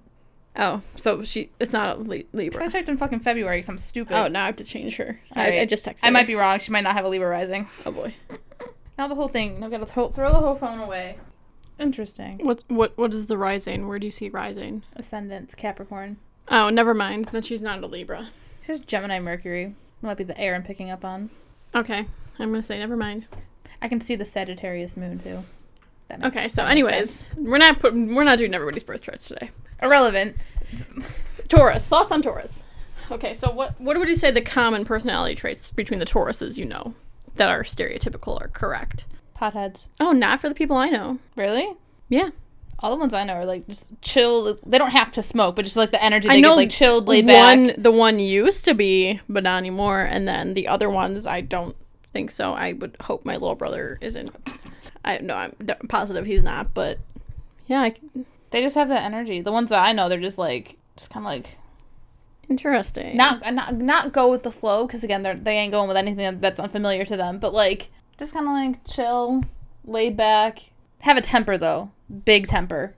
Speaker 3: Oh, so she. It's not a li-
Speaker 2: Cause I
Speaker 3: Libra.
Speaker 2: typed in fucking February. Cause I'm stupid.
Speaker 3: Oh, now I have to change her. I, I
Speaker 2: Alright.
Speaker 3: just texted.
Speaker 2: I might
Speaker 3: her.
Speaker 2: be wrong. She might not have a Libra rising.
Speaker 3: Oh boy.
Speaker 2: Now the whole thing. No, gotta throw, throw the whole phone away. Interesting.
Speaker 3: What what what is the rising? Where do you see rising?
Speaker 2: Ascendants Capricorn.
Speaker 3: Oh, never mind. Then she's not a Libra.
Speaker 2: She has Gemini Mercury. Might be the air I'm picking up on.
Speaker 3: Okay, I'm gonna say never mind.
Speaker 2: I can see the Sagittarius moon too. That makes-
Speaker 3: Okay, so
Speaker 2: that makes
Speaker 3: anyways,
Speaker 2: sense.
Speaker 3: we're not putting we're not doing everybody's birth charts today.
Speaker 2: irrelevant.
Speaker 3: Taurus, thoughts on Taurus? Okay, so what what would you say the common personality traits between the Tauruses you know that are stereotypical are correct?
Speaker 2: Potheads.
Speaker 3: Oh, not for the people I know.
Speaker 2: Really?
Speaker 3: Yeah,
Speaker 2: All the ones I know are like just chill. They don't have to smoke, but just like the energy
Speaker 3: I
Speaker 2: they
Speaker 3: know
Speaker 2: get, like chilled, laid back.
Speaker 3: one the one used to be, but not anymore. And then the other ones, I don't think so. I would hope my little brother isn't. I no, I'm d- positive he's not. But yeah, I, c-
Speaker 2: They just have that energy. The ones that I know, they're just like, just kind of like
Speaker 3: interesting.
Speaker 2: not not not go with the flow because again, they're they ain't going with anything that's unfamiliar to them. But like, just kind of like chill, laid back, have a temper though, big temper.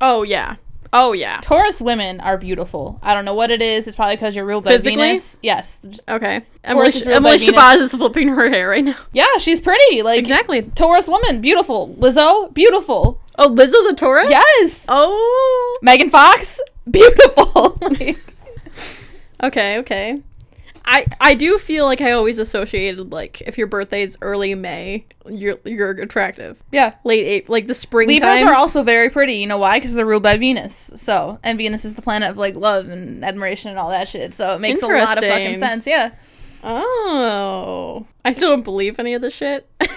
Speaker 3: oh yeah, oh yeah.
Speaker 2: Taurus women are beautiful. I don't know what it is. It's probably because you're real by
Speaker 3: Physically?
Speaker 2: Venus. Yes. Just-
Speaker 3: Okay, Emily,
Speaker 2: is ruled
Speaker 3: Emily
Speaker 2: by Venus.
Speaker 3: Shabazz is flipping her hair right now.
Speaker 2: yeah, she's pretty. Like
Speaker 3: Exactly.
Speaker 2: Taurus woman, beautiful. Lizzo, beautiful.
Speaker 3: Oh, Lizzo's a Taurus.
Speaker 2: Yes.
Speaker 3: Oh.
Speaker 2: Megan Fox, beautiful. Like,
Speaker 3: Okay. Okay. I, I do feel like I always associated like if your birthday's early May, you're you're attractive.
Speaker 2: yeah.
Speaker 3: Late eight, like the spring.
Speaker 2: Libras are
Speaker 3: times.
Speaker 2: also very pretty. You know why? Because they're ruled by Venus. So, and Venus is the planet of like love and admiration and all that shit. So it makes a lot of fucking
Speaker 3: Interesting.
Speaker 2: sense. Yeah.
Speaker 3: Oh, I still don't believe any of this shit.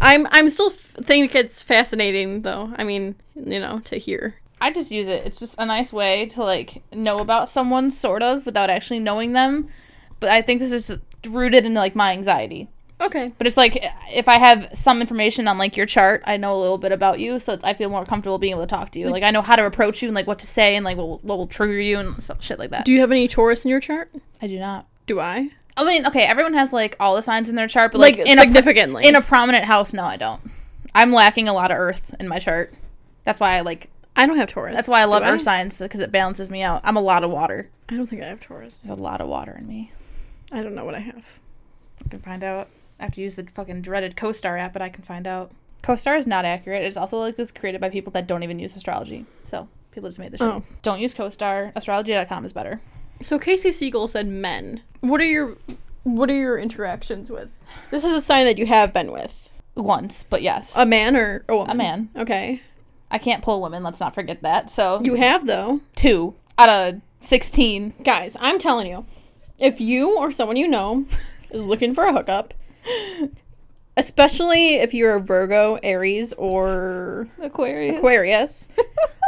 Speaker 3: I'm I'm still f- think it's fascinating though. I mean, you know, to hear.
Speaker 2: I just use it. It's just a nice way to like know about someone sort of without actually knowing them. But I think this is rooted in like my anxiety.
Speaker 3: Okay.
Speaker 2: But it's like if I have some information on like your chart, I know a little bit about you, so it's, I feel more comfortable being able to talk to you. Like I know how to approach you and like what to say and like what will, what will trigger you and stuff, shit like that.
Speaker 3: Do you have any Taurus in your chart?
Speaker 2: I do not.
Speaker 3: Do I?
Speaker 2: I mean, okay, everyone has like all the signs in their chart, but like, in a pro-
Speaker 3: significantly.
Speaker 2: in a prominent house, no, I don't. I'm lacking a lot of Earth in my chart. That's why I like.
Speaker 3: I don't have Taurus.
Speaker 2: That's why I love
Speaker 3: Do
Speaker 2: Earth signs because it balances me out. I'm a lot of water.
Speaker 3: I don't think I have Taurus.
Speaker 2: There's a lot of water in me.
Speaker 3: I don't know what I have.
Speaker 2: I can find out. I have to use the fucking dreaded CoStar app, but I can find out. CoStar is not accurate. It's also like it was created by people that don't even use astrology. So people just made the shit.
Speaker 3: Oh.
Speaker 2: Don't use CoStar. Astrology.com is better.
Speaker 3: So Casey Siegel said men. What are your what are your interactions with? This is a sign that you have been with.
Speaker 2: Once, but yes.
Speaker 3: A man or a woman?
Speaker 2: A man.
Speaker 3: Okay.
Speaker 2: I can't pull women. Let's not forget that. So
Speaker 3: You have though.
Speaker 2: two out of 16.
Speaker 3: guys, I'm telling you, if you or someone you know is looking for a hookup, especially if you're a Virgo, Aries, or
Speaker 2: Aquarius.
Speaker 3: Aquarius,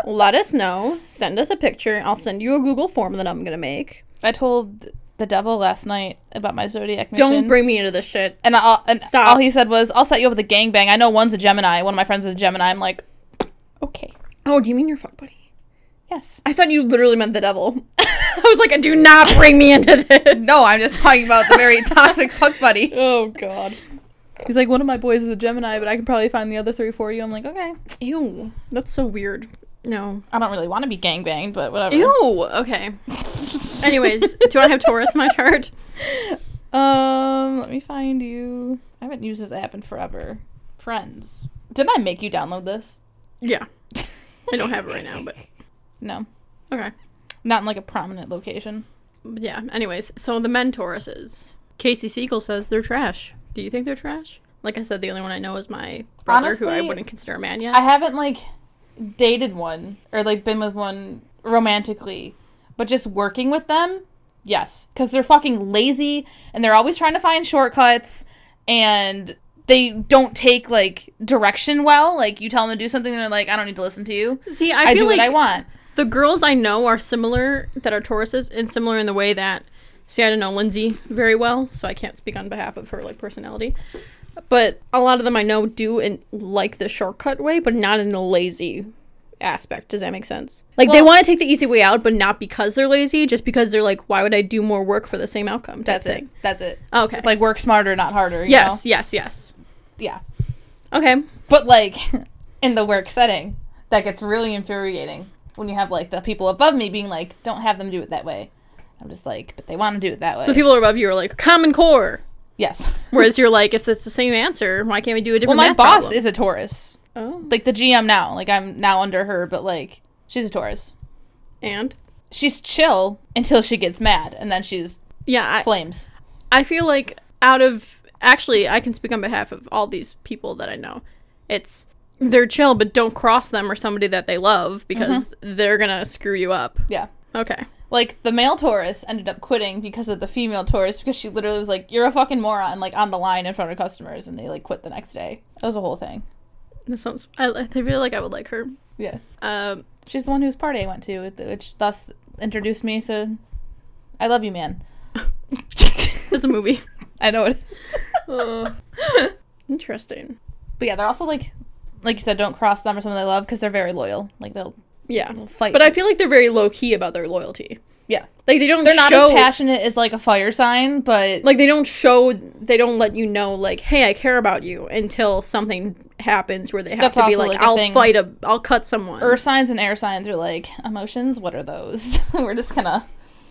Speaker 3: let us know. Send us a picture. I'll send you a Google form that I'm gonna make.
Speaker 2: I told the devil last night about my zodiac mission.
Speaker 3: Don't bring me into this shit.
Speaker 2: And, all, and
Speaker 3: Stop.
Speaker 2: all he said was, I'll set you up with a gangbang. I know one's a Gemini. One of my friends is a Gemini. I'm like, okay.
Speaker 3: Oh, do you mean your fuck buddy?
Speaker 2: Yes.
Speaker 3: I thought you literally meant the devil. I was like, do not bring me into this.
Speaker 2: No, I'm just talking about the very toxic fuck buddy.
Speaker 3: Oh God.
Speaker 2: He's like, one of my boys is a Gemini, but I can probably find the other three for you. I'm like, okay.
Speaker 3: Ew. That's so weird. No.
Speaker 2: I don't really want to be gangbanged, but whatever.
Speaker 3: Ew. Okay. Anyways, do I have Taurus in my chart?
Speaker 2: Um, let me find you. I haven't used this app in forever. Friends. Did I make you download this?
Speaker 3: Yeah. I don't have it right now, but
Speaker 2: No.
Speaker 3: okay.
Speaker 2: Not in like a prominent location.
Speaker 3: But yeah. Anyways, so the men Tauruses. Casey Siegel says they're trash. Do you think they're trash? Like I said, the only one I know is my brother, who I
Speaker 2: Honestly,
Speaker 3: wouldn't consider a man yet.
Speaker 2: I haven't like dated one or like been with one romantically, But just working with them, yes, because they're fucking lazy and they're always trying to find shortcuts and they don't take like direction well. Like you tell them to do something and they're like, I don't need to listen to you.
Speaker 3: See, I,
Speaker 2: I,
Speaker 3: feel
Speaker 2: do
Speaker 3: like
Speaker 2: what I want.
Speaker 3: the girls I know are similar that are Tauruses and similar in the way that see I don't know Lindsay very well, so I can't speak on behalf of her like personality. But a lot of them I know do and like the shortcut way, but not in a lazy aspect. Does that make sense? Like they
Speaker 2: Well-
Speaker 3: want to take the easy way out, but not because they're lazy, just because they're like, why would I do more work for the same outcome? type
Speaker 2: That's
Speaker 3: thing. Oh,
Speaker 2: it. That's it.
Speaker 3: Okay.
Speaker 2: Like work smarter, not harder. You
Speaker 3: yes,
Speaker 2: Know?
Speaker 3: yes, yes.
Speaker 2: Yeah.
Speaker 3: Okay.
Speaker 2: But like in the work setting, that gets really infuriating when you have like the people above me being like, "Don't have them do it that way." I'm just like, "But they want to do it that way."
Speaker 3: So people above you are like common core,
Speaker 2: yes.
Speaker 3: whereas you're like, if it's the same answer, why can't we do a
Speaker 2: well,
Speaker 3: different?
Speaker 2: my
Speaker 3: math
Speaker 2: boss
Speaker 3: problem?
Speaker 2: is a Taurus.
Speaker 3: Oh,
Speaker 2: Like the GM now. Like I'm now under her, but like she's a Taurus.
Speaker 3: and
Speaker 2: She's chill until she gets mad, and then she's
Speaker 3: yeah, I,
Speaker 2: flames.
Speaker 3: I feel like out of actually, I can speak on behalf of all these people that I know. It's they're chill, but don't cross them or somebody that they love because
Speaker 2: Mm-hmm.
Speaker 3: they're gonna screw you up.
Speaker 2: Yeah.
Speaker 3: Okay.
Speaker 2: Like the male Taurus ended up quitting because of the female Taurus because she literally was like, "You're a fucking moron!" Like on the line in front of customers, and they like quit the next day. That was a whole thing.
Speaker 3: That sounds. I, I feel like I would like her.
Speaker 2: Yeah.
Speaker 3: Um,
Speaker 2: She's the one whose party I went to, with- which thus introduced me to I Love You Man.
Speaker 3: it's a movie.
Speaker 2: I know it.
Speaker 3: Uh, interesting.
Speaker 2: But yeah, they're also like, like you said, don't cross them or someone they love because they're very loyal. Like they'll
Speaker 3: Yeah,
Speaker 2: fight.
Speaker 3: but I feel like they're very low key about their loyalty.
Speaker 2: yeah,
Speaker 3: Like they don't.
Speaker 2: they're not
Speaker 3: show,
Speaker 2: as passionate as like a fire sign, but
Speaker 3: Like they don't show. They don't let you know. Like, hey, I care about you until something happens where they have
Speaker 2: That's
Speaker 3: to be
Speaker 2: also,
Speaker 3: like,
Speaker 2: like, a
Speaker 3: I'll
Speaker 2: thing.
Speaker 3: fight a, I'll cut someone.
Speaker 2: earth signs and air signs are like emotions. What are those? we're just gonna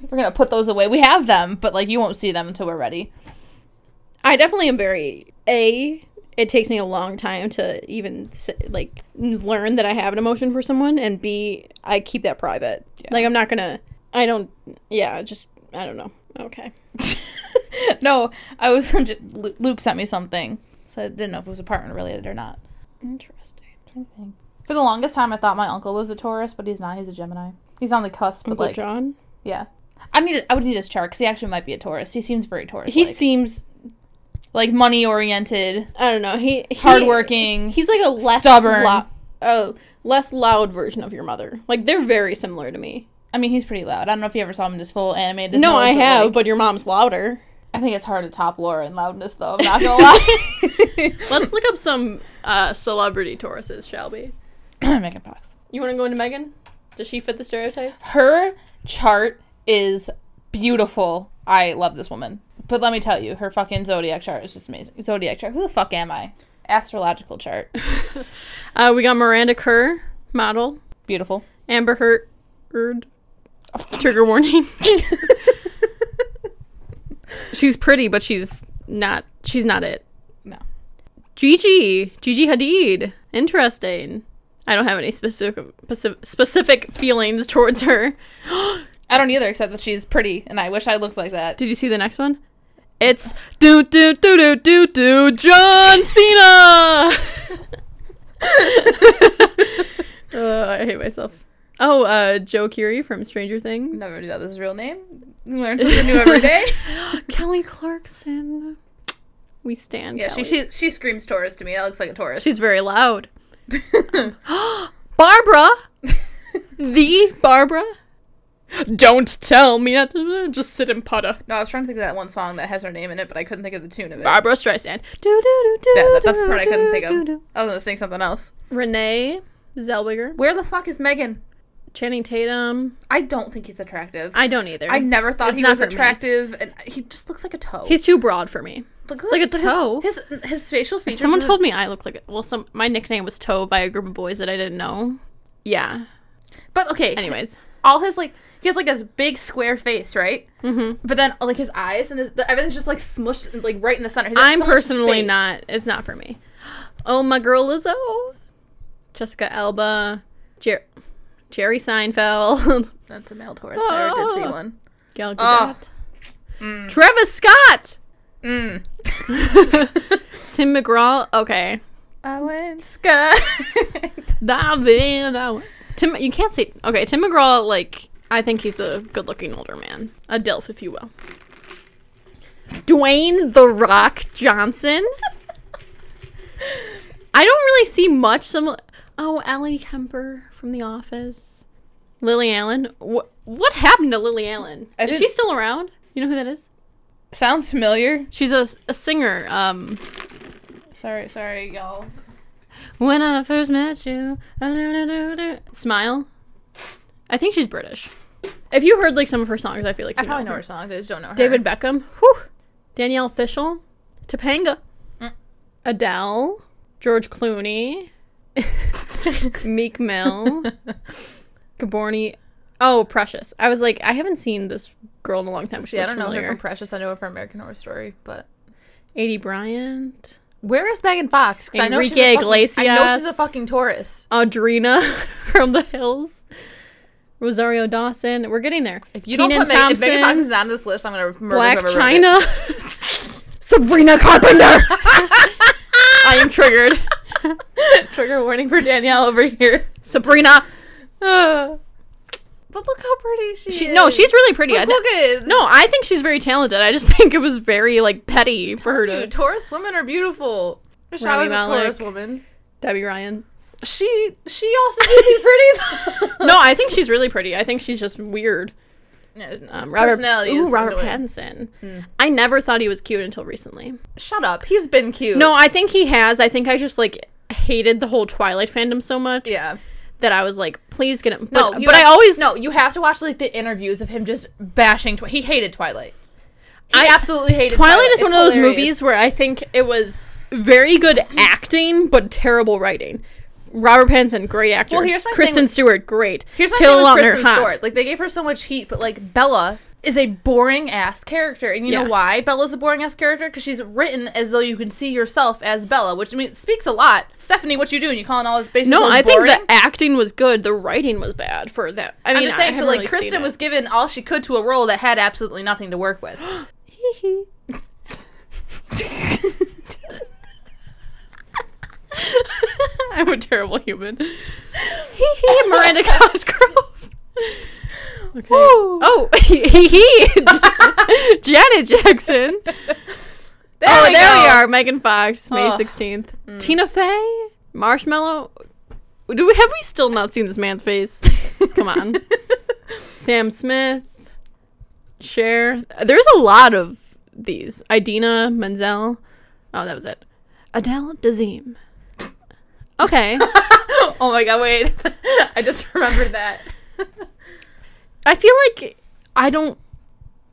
Speaker 2: we're gonna put those away. We have them, but like you won't see them until we're ready.
Speaker 3: I definitely am very a. It takes me a long time to even s- like learn that I have an emotion for someone, and b. I keep that private. Like I'm not gonna. I don't. Yeah, just I don't know. Okay.
Speaker 2: no, I was Lu- Luke sent me something, so I didn't know if it was apartment related or not.
Speaker 3: Interesting.
Speaker 2: trying to think. For the longest time, I thought my uncle was a Taurus, but he's not. He's a Gemini. He's on the cusp, but
Speaker 3: Uncle
Speaker 2: like,
Speaker 3: John.
Speaker 2: yeah. I need. I would need his chart because he actually might be a Taurus. He seems very Taurus.
Speaker 3: He
Speaker 2: He's
Speaker 3: seems.
Speaker 2: like money oriented,
Speaker 3: I don't know. He, he
Speaker 2: hardworking.
Speaker 3: He's like a less
Speaker 2: Stubborn.
Speaker 3: lou- a less loud version of your mother. Like they're very similar to me.
Speaker 2: I mean, he's pretty loud. I don't know if you ever saw him in his full animated.
Speaker 3: No,
Speaker 2: mode,
Speaker 3: I
Speaker 2: but,
Speaker 3: have,
Speaker 2: like,
Speaker 3: but your mom's louder.
Speaker 2: I think it's hard to top Laura in loudness, though. I'm not gonna lie.
Speaker 3: Let's look up some uh, celebrity Tauruses, shall we?
Speaker 2: Megan Fox.
Speaker 3: You want to go into Megan? Does she fit the stereotypes?
Speaker 2: Her chart is beautiful. I love this woman. But let me tell you, her fucking zodiac chart is just amazing. Zodiac chart. Who the fuck am I? Astrological chart.
Speaker 3: Uh, we got Miranda Kerr, model.
Speaker 2: Beautiful.
Speaker 3: Amber Heard. Heard. Trigger warning. she's pretty, but she's not. She's not it.
Speaker 2: No.
Speaker 3: Gigi. Gigi Hadid. Interesting. I don't have any specific specific, specific feelings towards her.
Speaker 2: I don't either, except that she's pretty, and I wish I looked like that.
Speaker 3: Did you see the next one? It's do do do do do do John Cena. Uh, I hate myself. Oh, uh, Joe Curie from Stranger Things.
Speaker 2: Never knew that was his real name. You learn something new every day.
Speaker 3: Kelly Clarkson. We stand.
Speaker 2: yeah, she,
Speaker 3: Kelly.
Speaker 2: she she screams Taurus to me. That looks like a Taurus.
Speaker 3: she's very loud. Barbara, the Barbara. Don't tell me not to just sit and putter.
Speaker 2: no, I was trying to think of that one song that has her name in it, but I couldn't think of the tune of it.
Speaker 3: Barbara Streisand. Do do do do.
Speaker 2: Yeah, that- that's the part I
Speaker 3: do,
Speaker 2: couldn't think
Speaker 3: do,
Speaker 2: of.
Speaker 3: do.
Speaker 2: I was gonna sing something else.
Speaker 3: Renee Zellweger.
Speaker 2: Where the fuck is Megan?
Speaker 3: Channing Tatum.
Speaker 2: I don't think he's attractive. I,
Speaker 3: I don't either.
Speaker 2: never thought
Speaker 3: It's
Speaker 2: he
Speaker 3: not
Speaker 2: was
Speaker 3: for me.
Speaker 2: attractive, and he just looks like a toe.
Speaker 3: He's too broad for me.
Speaker 2: like,
Speaker 3: like a
Speaker 2: but
Speaker 3: toe.
Speaker 2: His his, his facial features.
Speaker 3: Someone
Speaker 2: is-
Speaker 3: told me I look like well, some my nickname was Toe by a group of boys that I didn't know. Yeah.
Speaker 2: But okay,
Speaker 3: Anyways,
Speaker 2: all his like he has like this big square face, right? Mm-hmm. But then like his eyes and his everything's just like smushed like right in the center. He's, like,
Speaker 3: I'm
Speaker 2: so much
Speaker 3: personally
Speaker 2: space.
Speaker 3: not. It's not for me. Oh, my girl Lizzo, Jessica Elba, Jer- Jerry Seinfeld,
Speaker 2: That's a male Taurus. I never did see
Speaker 3: Oh.
Speaker 2: one.
Speaker 3: Gal
Speaker 2: Oh.
Speaker 3: Gadot, Travis Scott,
Speaker 2: Mm.
Speaker 3: Tim McGraw. Okay,
Speaker 2: I went sky.
Speaker 3: Diving. Tim, you can't say okay. Tim McGraw, like I think he's a good-looking older man, a DILF, if you will. Dwayne the Rock Johnson. I don't really see much. Some oh, Ellie Kemper from The Office, Lily Allen. What what happened to Lily Allen?
Speaker 2: I
Speaker 3: Is she
Speaker 2: didn't-
Speaker 3: still around? You know who that is?
Speaker 2: Sounds familiar.
Speaker 3: She's a, a singer. Um,
Speaker 2: Sorry, sorry, y'all.
Speaker 3: when I first met you, ah-da-da-da-da. smile. I think she's British. If you heard like some of her songs, I feel like
Speaker 2: I
Speaker 3: you
Speaker 2: probably know
Speaker 3: her.
Speaker 2: her songs. I just don't know her.
Speaker 3: David Beckham, whew, Danielle Fishel, Topanga,
Speaker 2: Mm.
Speaker 3: Adele, George Clooney, Meek Mill, Gaborni. Oh, Precious. I was like, I haven't seen this girl in a long time. She
Speaker 2: See, I
Speaker 3: looks
Speaker 2: don't know
Speaker 3: familiar.
Speaker 2: her from Precious. I know her from American Horror Story, but
Speaker 3: Adie Bryant,
Speaker 2: where is Megan Fox? 'Cause I know she's
Speaker 3: Enrique
Speaker 2: a fucking, I know she's a
Speaker 3: Iglesias.
Speaker 2: fucking Taurus.
Speaker 3: Audrina from The Hills, Rosario Dawson. We're getting there.
Speaker 2: If you
Speaker 3: Kenan
Speaker 2: don't put Megan, if Megan Fox
Speaker 3: Thompson,
Speaker 2: is not on this list, I'm gonna murder
Speaker 3: Black
Speaker 2: whoever wrote it.
Speaker 3: China, Sabrina Carpenter. I am triggered. Trigger warning for Danielle over here. Sabrina. Uh,
Speaker 2: But look how pretty she,
Speaker 3: she,
Speaker 2: is.
Speaker 3: no, she's really pretty. I
Speaker 2: look,
Speaker 3: thi-
Speaker 2: look at
Speaker 3: no, I think she's very talented. I just think it was very like petty for her to
Speaker 2: Dude, Taurus women are beautiful. Michelle
Speaker 3: Rami
Speaker 2: is a
Speaker 3: Malek.
Speaker 2: Taurus woman.
Speaker 3: Debbie Ryan.
Speaker 2: She she also would be pretty. though.
Speaker 3: No, I think she's really pretty. I think she's just weird.
Speaker 2: No, no.
Speaker 3: Um, Robert,
Speaker 2: Personality
Speaker 3: ooh,
Speaker 2: is
Speaker 3: Robert
Speaker 2: annoying.
Speaker 3: Pattinson. I never thought he was cute until recently.
Speaker 2: Shut up. He's been cute.
Speaker 3: No, I think he has. I think I just like hated the whole Twilight fandom so much
Speaker 2: Yeah.
Speaker 3: that I was like, please get him.
Speaker 2: No,
Speaker 3: But,
Speaker 2: you
Speaker 3: but
Speaker 2: have-
Speaker 3: I always
Speaker 2: no. You have to watch like the interviews of him just bashing. Twi- he hated Twilight. He
Speaker 3: I-
Speaker 2: absolutely hated
Speaker 3: Twilight
Speaker 2: Twilight.
Speaker 3: is one
Speaker 2: It's
Speaker 3: of those
Speaker 2: hilarious. Mm-hmm.
Speaker 3: movies where I think it was very good acting but terrible writing. Robert Pattinson, great actor.
Speaker 2: Well, here's my thing
Speaker 3: Kristen
Speaker 2: with-
Speaker 3: Stewart, great.
Speaker 2: Here's my
Speaker 3: Taylor
Speaker 2: thing with
Speaker 3: Lautner,
Speaker 2: Kristen
Speaker 3: hot.
Speaker 2: Stewart. Like they gave her so much heat, but like Bella is a boring ass character, and you
Speaker 3: Yeah.
Speaker 2: know why Bella's a boring ass character? Because she's written as though you can see yourself as Bella, which I mean speaks a lot. Stephanie, what you doing? You calling all this basic?
Speaker 3: No,
Speaker 2: work
Speaker 3: I think
Speaker 2: boring?
Speaker 3: the acting was good. The writing was bad for that. I
Speaker 2: I'm
Speaker 3: mean,
Speaker 2: just saying. So like Kristen was
Speaker 3: was.
Speaker 2: given all she could to a role that had absolutely nothing to work with. Oh,
Speaker 3: I'm a terrible human. Miranda Cosgrove. Okay. Oh, he he. Janet Jackson.
Speaker 2: There
Speaker 3: oh,
Speaker 2: we
Speaker 3: there
Speaker 2: go.
Speaker 3: we are. Megan Fox, May
Speaker 2: Ugh. Mm.
Speaker 3: 16th. Tina Fey, Marshmallow. Do we have we still not seen this man's face? Come on. Sam Smith, Cher. There's a lot of these. Idina Menzel. Oh, that was it. Adele Dazeem. Okay.
Speaker 2: Oh my god! Wait, I just remembered that.
Speaker 3: I feel like I don't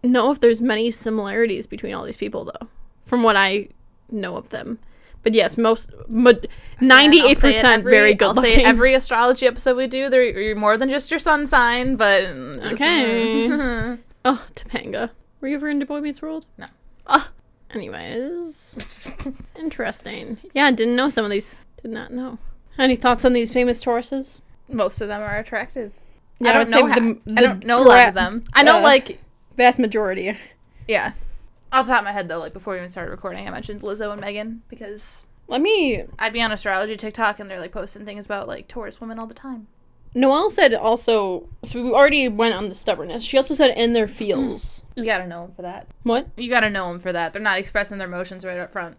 Speaker 3: know if there's many similarities between all these people though, from what I know of them. But yes, most ninety-eight percent very good
Speaker 2: I'll
Speaker 3: looking.
Speaker 2: say it every astrology episode we do. There, you're more than just your sun sign, but
Speaker 3: Okay. oh, Topanga. Were you ever into Boy Meets World?
Speaker 2: No.
Speaker 3: Ah. Anyways, interesting. Yeah, didn't know some of these. Did not know. Any thoughts on these famous Tauruses?
Speaker 2: most of them are attractive.
Speaker 3: Yeah,
Speaker 2: I don't
Speaker 3: would
Speaker 2: know.
Speaker 3: say
Speaker 2: ha- I don't know a
Speaker 3: gra-
Speaker 2: lot of them. I know,
Speaker 3: uh,
Speaker 2: like,
Speaker 3: vast majority.
Speaker 2: yeah. Off the top of my head, though, like before we even started recording, I mentioned Lizzo and Megan because
Speaker 3: Let me
Speaker 2: I'd be on astrology TikTok and they're like posting things about like Taurus women all the time.
Speaker 3: Noelle said also, so we already went on the stubbornness. She also said in their feels.
Speaker 2: You gotta know them for that.
Speaker 3: What?
Speaker 2: You gotta know them for that. They're not expressing their emotions right up front.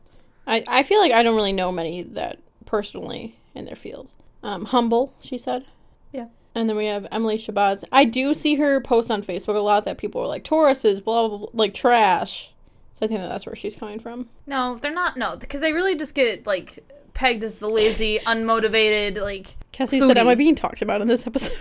Speaker 3: I, I feel like I don't really know many that personally in their feels. Um, humble, she said.
Speaker 2: Yeah.
Speaker 3: And then we have Emily Shabazz. I do see her post on Facebook a lot that people are like, Tauruses, blah, blah, blah, like trash. So I think that that's where she's coming from.
Speaker 2: No, they're not. No, because they really just get like pegged as the lazy, unmotivated, like
Speaker 3: Cassie said, Am I
Speaker 2: Foodie.
Speaker 3: being talked about in this episode?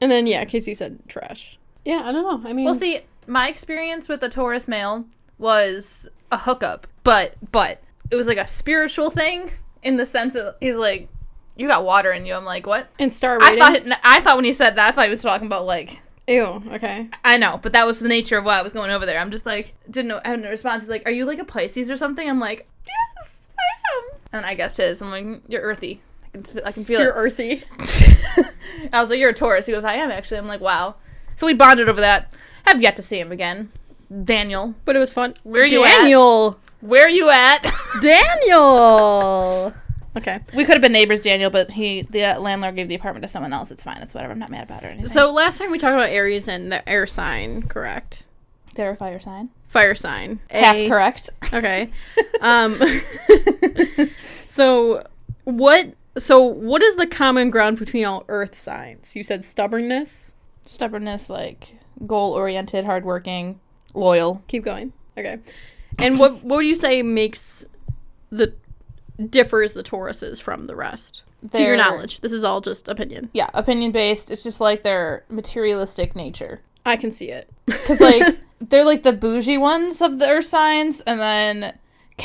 Speaker 3: and then, yeah, Casey said trash. Yeah, I don't know. I mean,
Speaker 2: Well, see, my experience with a Taurus male was a hookup, but but it was like a spiritual thing in the sense that he's like, "You got water in you." I'm like, "What?"
Speaker 3: and star
Speaker 2: I
Speaker 3: rating.
Speaker 2: thought I thought when he said that, I thought he was talking about like
Speaker 3: Ew, okay.
Speaker 2: I know, but that was the nature of why I was going over there. I'm just like didn't know. I had no response. He's like, "Are you like a Pisces or something?" I'm like, "Yes, I am." And I guessed his. I'm like, "You're earthy." I can f- I can feel
Speaker 3: You're
Speaker 2: it.
Speaker 3: earthy.
Speaker 2: I was like, "You're a Taurus." He goes, "I am actually." I'm like, "Wow." So we bonded over that. Have yet to see him again, Daniel.
Speaker 3: But it was fun.
Speaker 2: Where you at?
Speaker 3: Daniel.
Speaker 2: Where you at?
Speaker 3: Daniel.
Speaker 2: Okay. We could have been neighbors, Daniel, but he the landlord gave the apartment to someone else. It's fine. It's whatever. I'm not mad about it or anything.
Speaker 3: So last time we talked about Aries and the air sign, correct?
Speaker 2: They're a fire sign.
Speaker 3: Fire sign.
Speaker 2: Half
Speaker 3: A-
Speaker 2: correct.
Speaker 3: Okay. Um, so what? So what is the common ground between all Earth signs? You said stubbornness.
Speaker 2: Stubbornness, like goal oriented, hardworking, loyal.
Speaker 3: Keep going. Okay. And what what would you say makes the differs the Tauruses from the rest? to
Speaker 2: They're-
Speaker 3: your knowledge, this is all just opinion.
Speaker 2: Yeah, opinion based. It's just like their materialistic nature.
Speaker 3: I can see it.
Speaker 2: Because, like, they're like the bougie ones of the earth signs, and then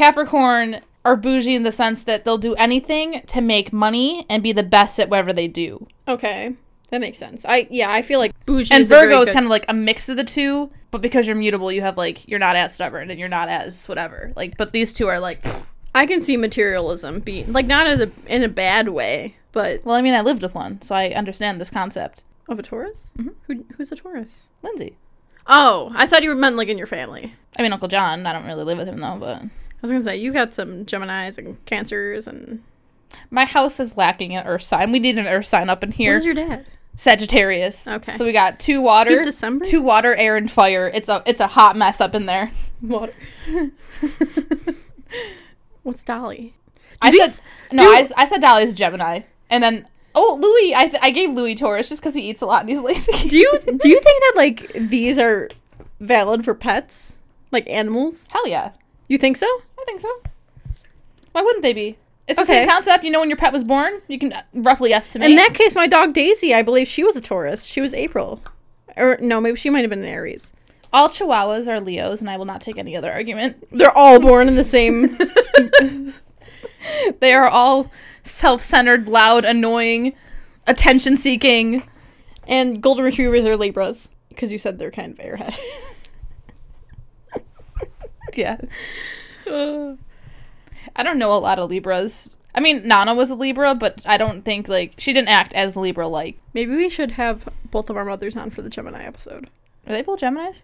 Speaker 2: Capricorn are bougie in the sense that they'll do anything to make money and be the best at whatever they do.
Speaker 3: okay, that makes sense. I yeah, I feel like bougie
Speaker 2: and
Speaker 3: is a very
Speaker 2: Virgo is
Speaker 3: good-
Speaker 2: kind of like a mix of the two, but because you're mutable, you have like you're not as stubborn and you're not as whatever. Like, but these two are like.
Speaker 3: I can see materialism being like not as a in a bad way, but
Speaker 2: Well, I mean, I lived with one, so I understand this concept.
Speaker 3: of a Taurus. Who, who's a Taurus?
Speaker 2: Lindsay.
Speaker 3: Mm-hmm. Oh, I thought you meant like in your family.
Speaker 2: I mean, Uncle John. I don't really live with him though, but
Speaker 3: I was gonna say you got some Gemini's and Cancers and
Speaker 2: my house is lacking an Earth sign. We need an Earth sign up in here.
Speaker 3: your dad?
Speaker 2: Sagittarius.
Speaker 3: Okay.
Speaker 2: So we got two water,
Speaker 3: He's December?
Speaker 2: two water, air, and fire. It's a it's a hot mess up in there.
Speaker 3: Water. What's Dolly?
Speaker 2: I
Speaker 3: these-
Speaker 2: said no.
Speaker 3: do-
Speaker 2: I, s- I said Dolly's Gemini, and then oh Louis. I th- I gave Louis Taurus just because he eats a lot and he's lazy.
Speaker 3: Do you do you think that like these are valid for pets, like animals?
Speaker 2: Hell yeah.
Speaker 3: You think so?
Speaker 2: I think so. Why wouldn't they be? It's the same
Speaker 3: Okay.
Speaker 2: concept. You know, when your pet was born, you can uh, roughly estimate.
Speaker 3: In that case, my dog Daisy, I believe she was a Taurus. She was April, or no, maybe she might have been an Aries.
Speaker 2: all Chihuahuas are Leos, and I will not take any other argument.
Speaker 3: They're all born in the same.
Speaker 2: They are all self-centered, loud, annoying, attention-seeking.
Speaker 3: and golden retrievers are Libras because you said they're kind of airhead.
Speaker 2: Yeah,
Speaker 3: Uh,
Speaker 2: I don't know a lot of Libras. I mean, Nana was a Libra, but I don't think like she didn't act as Libra. Like,
Speaker 3: Maybe we should have both of our mothers on for the Gemini episode.
Speaker 2: are they both Gemini's?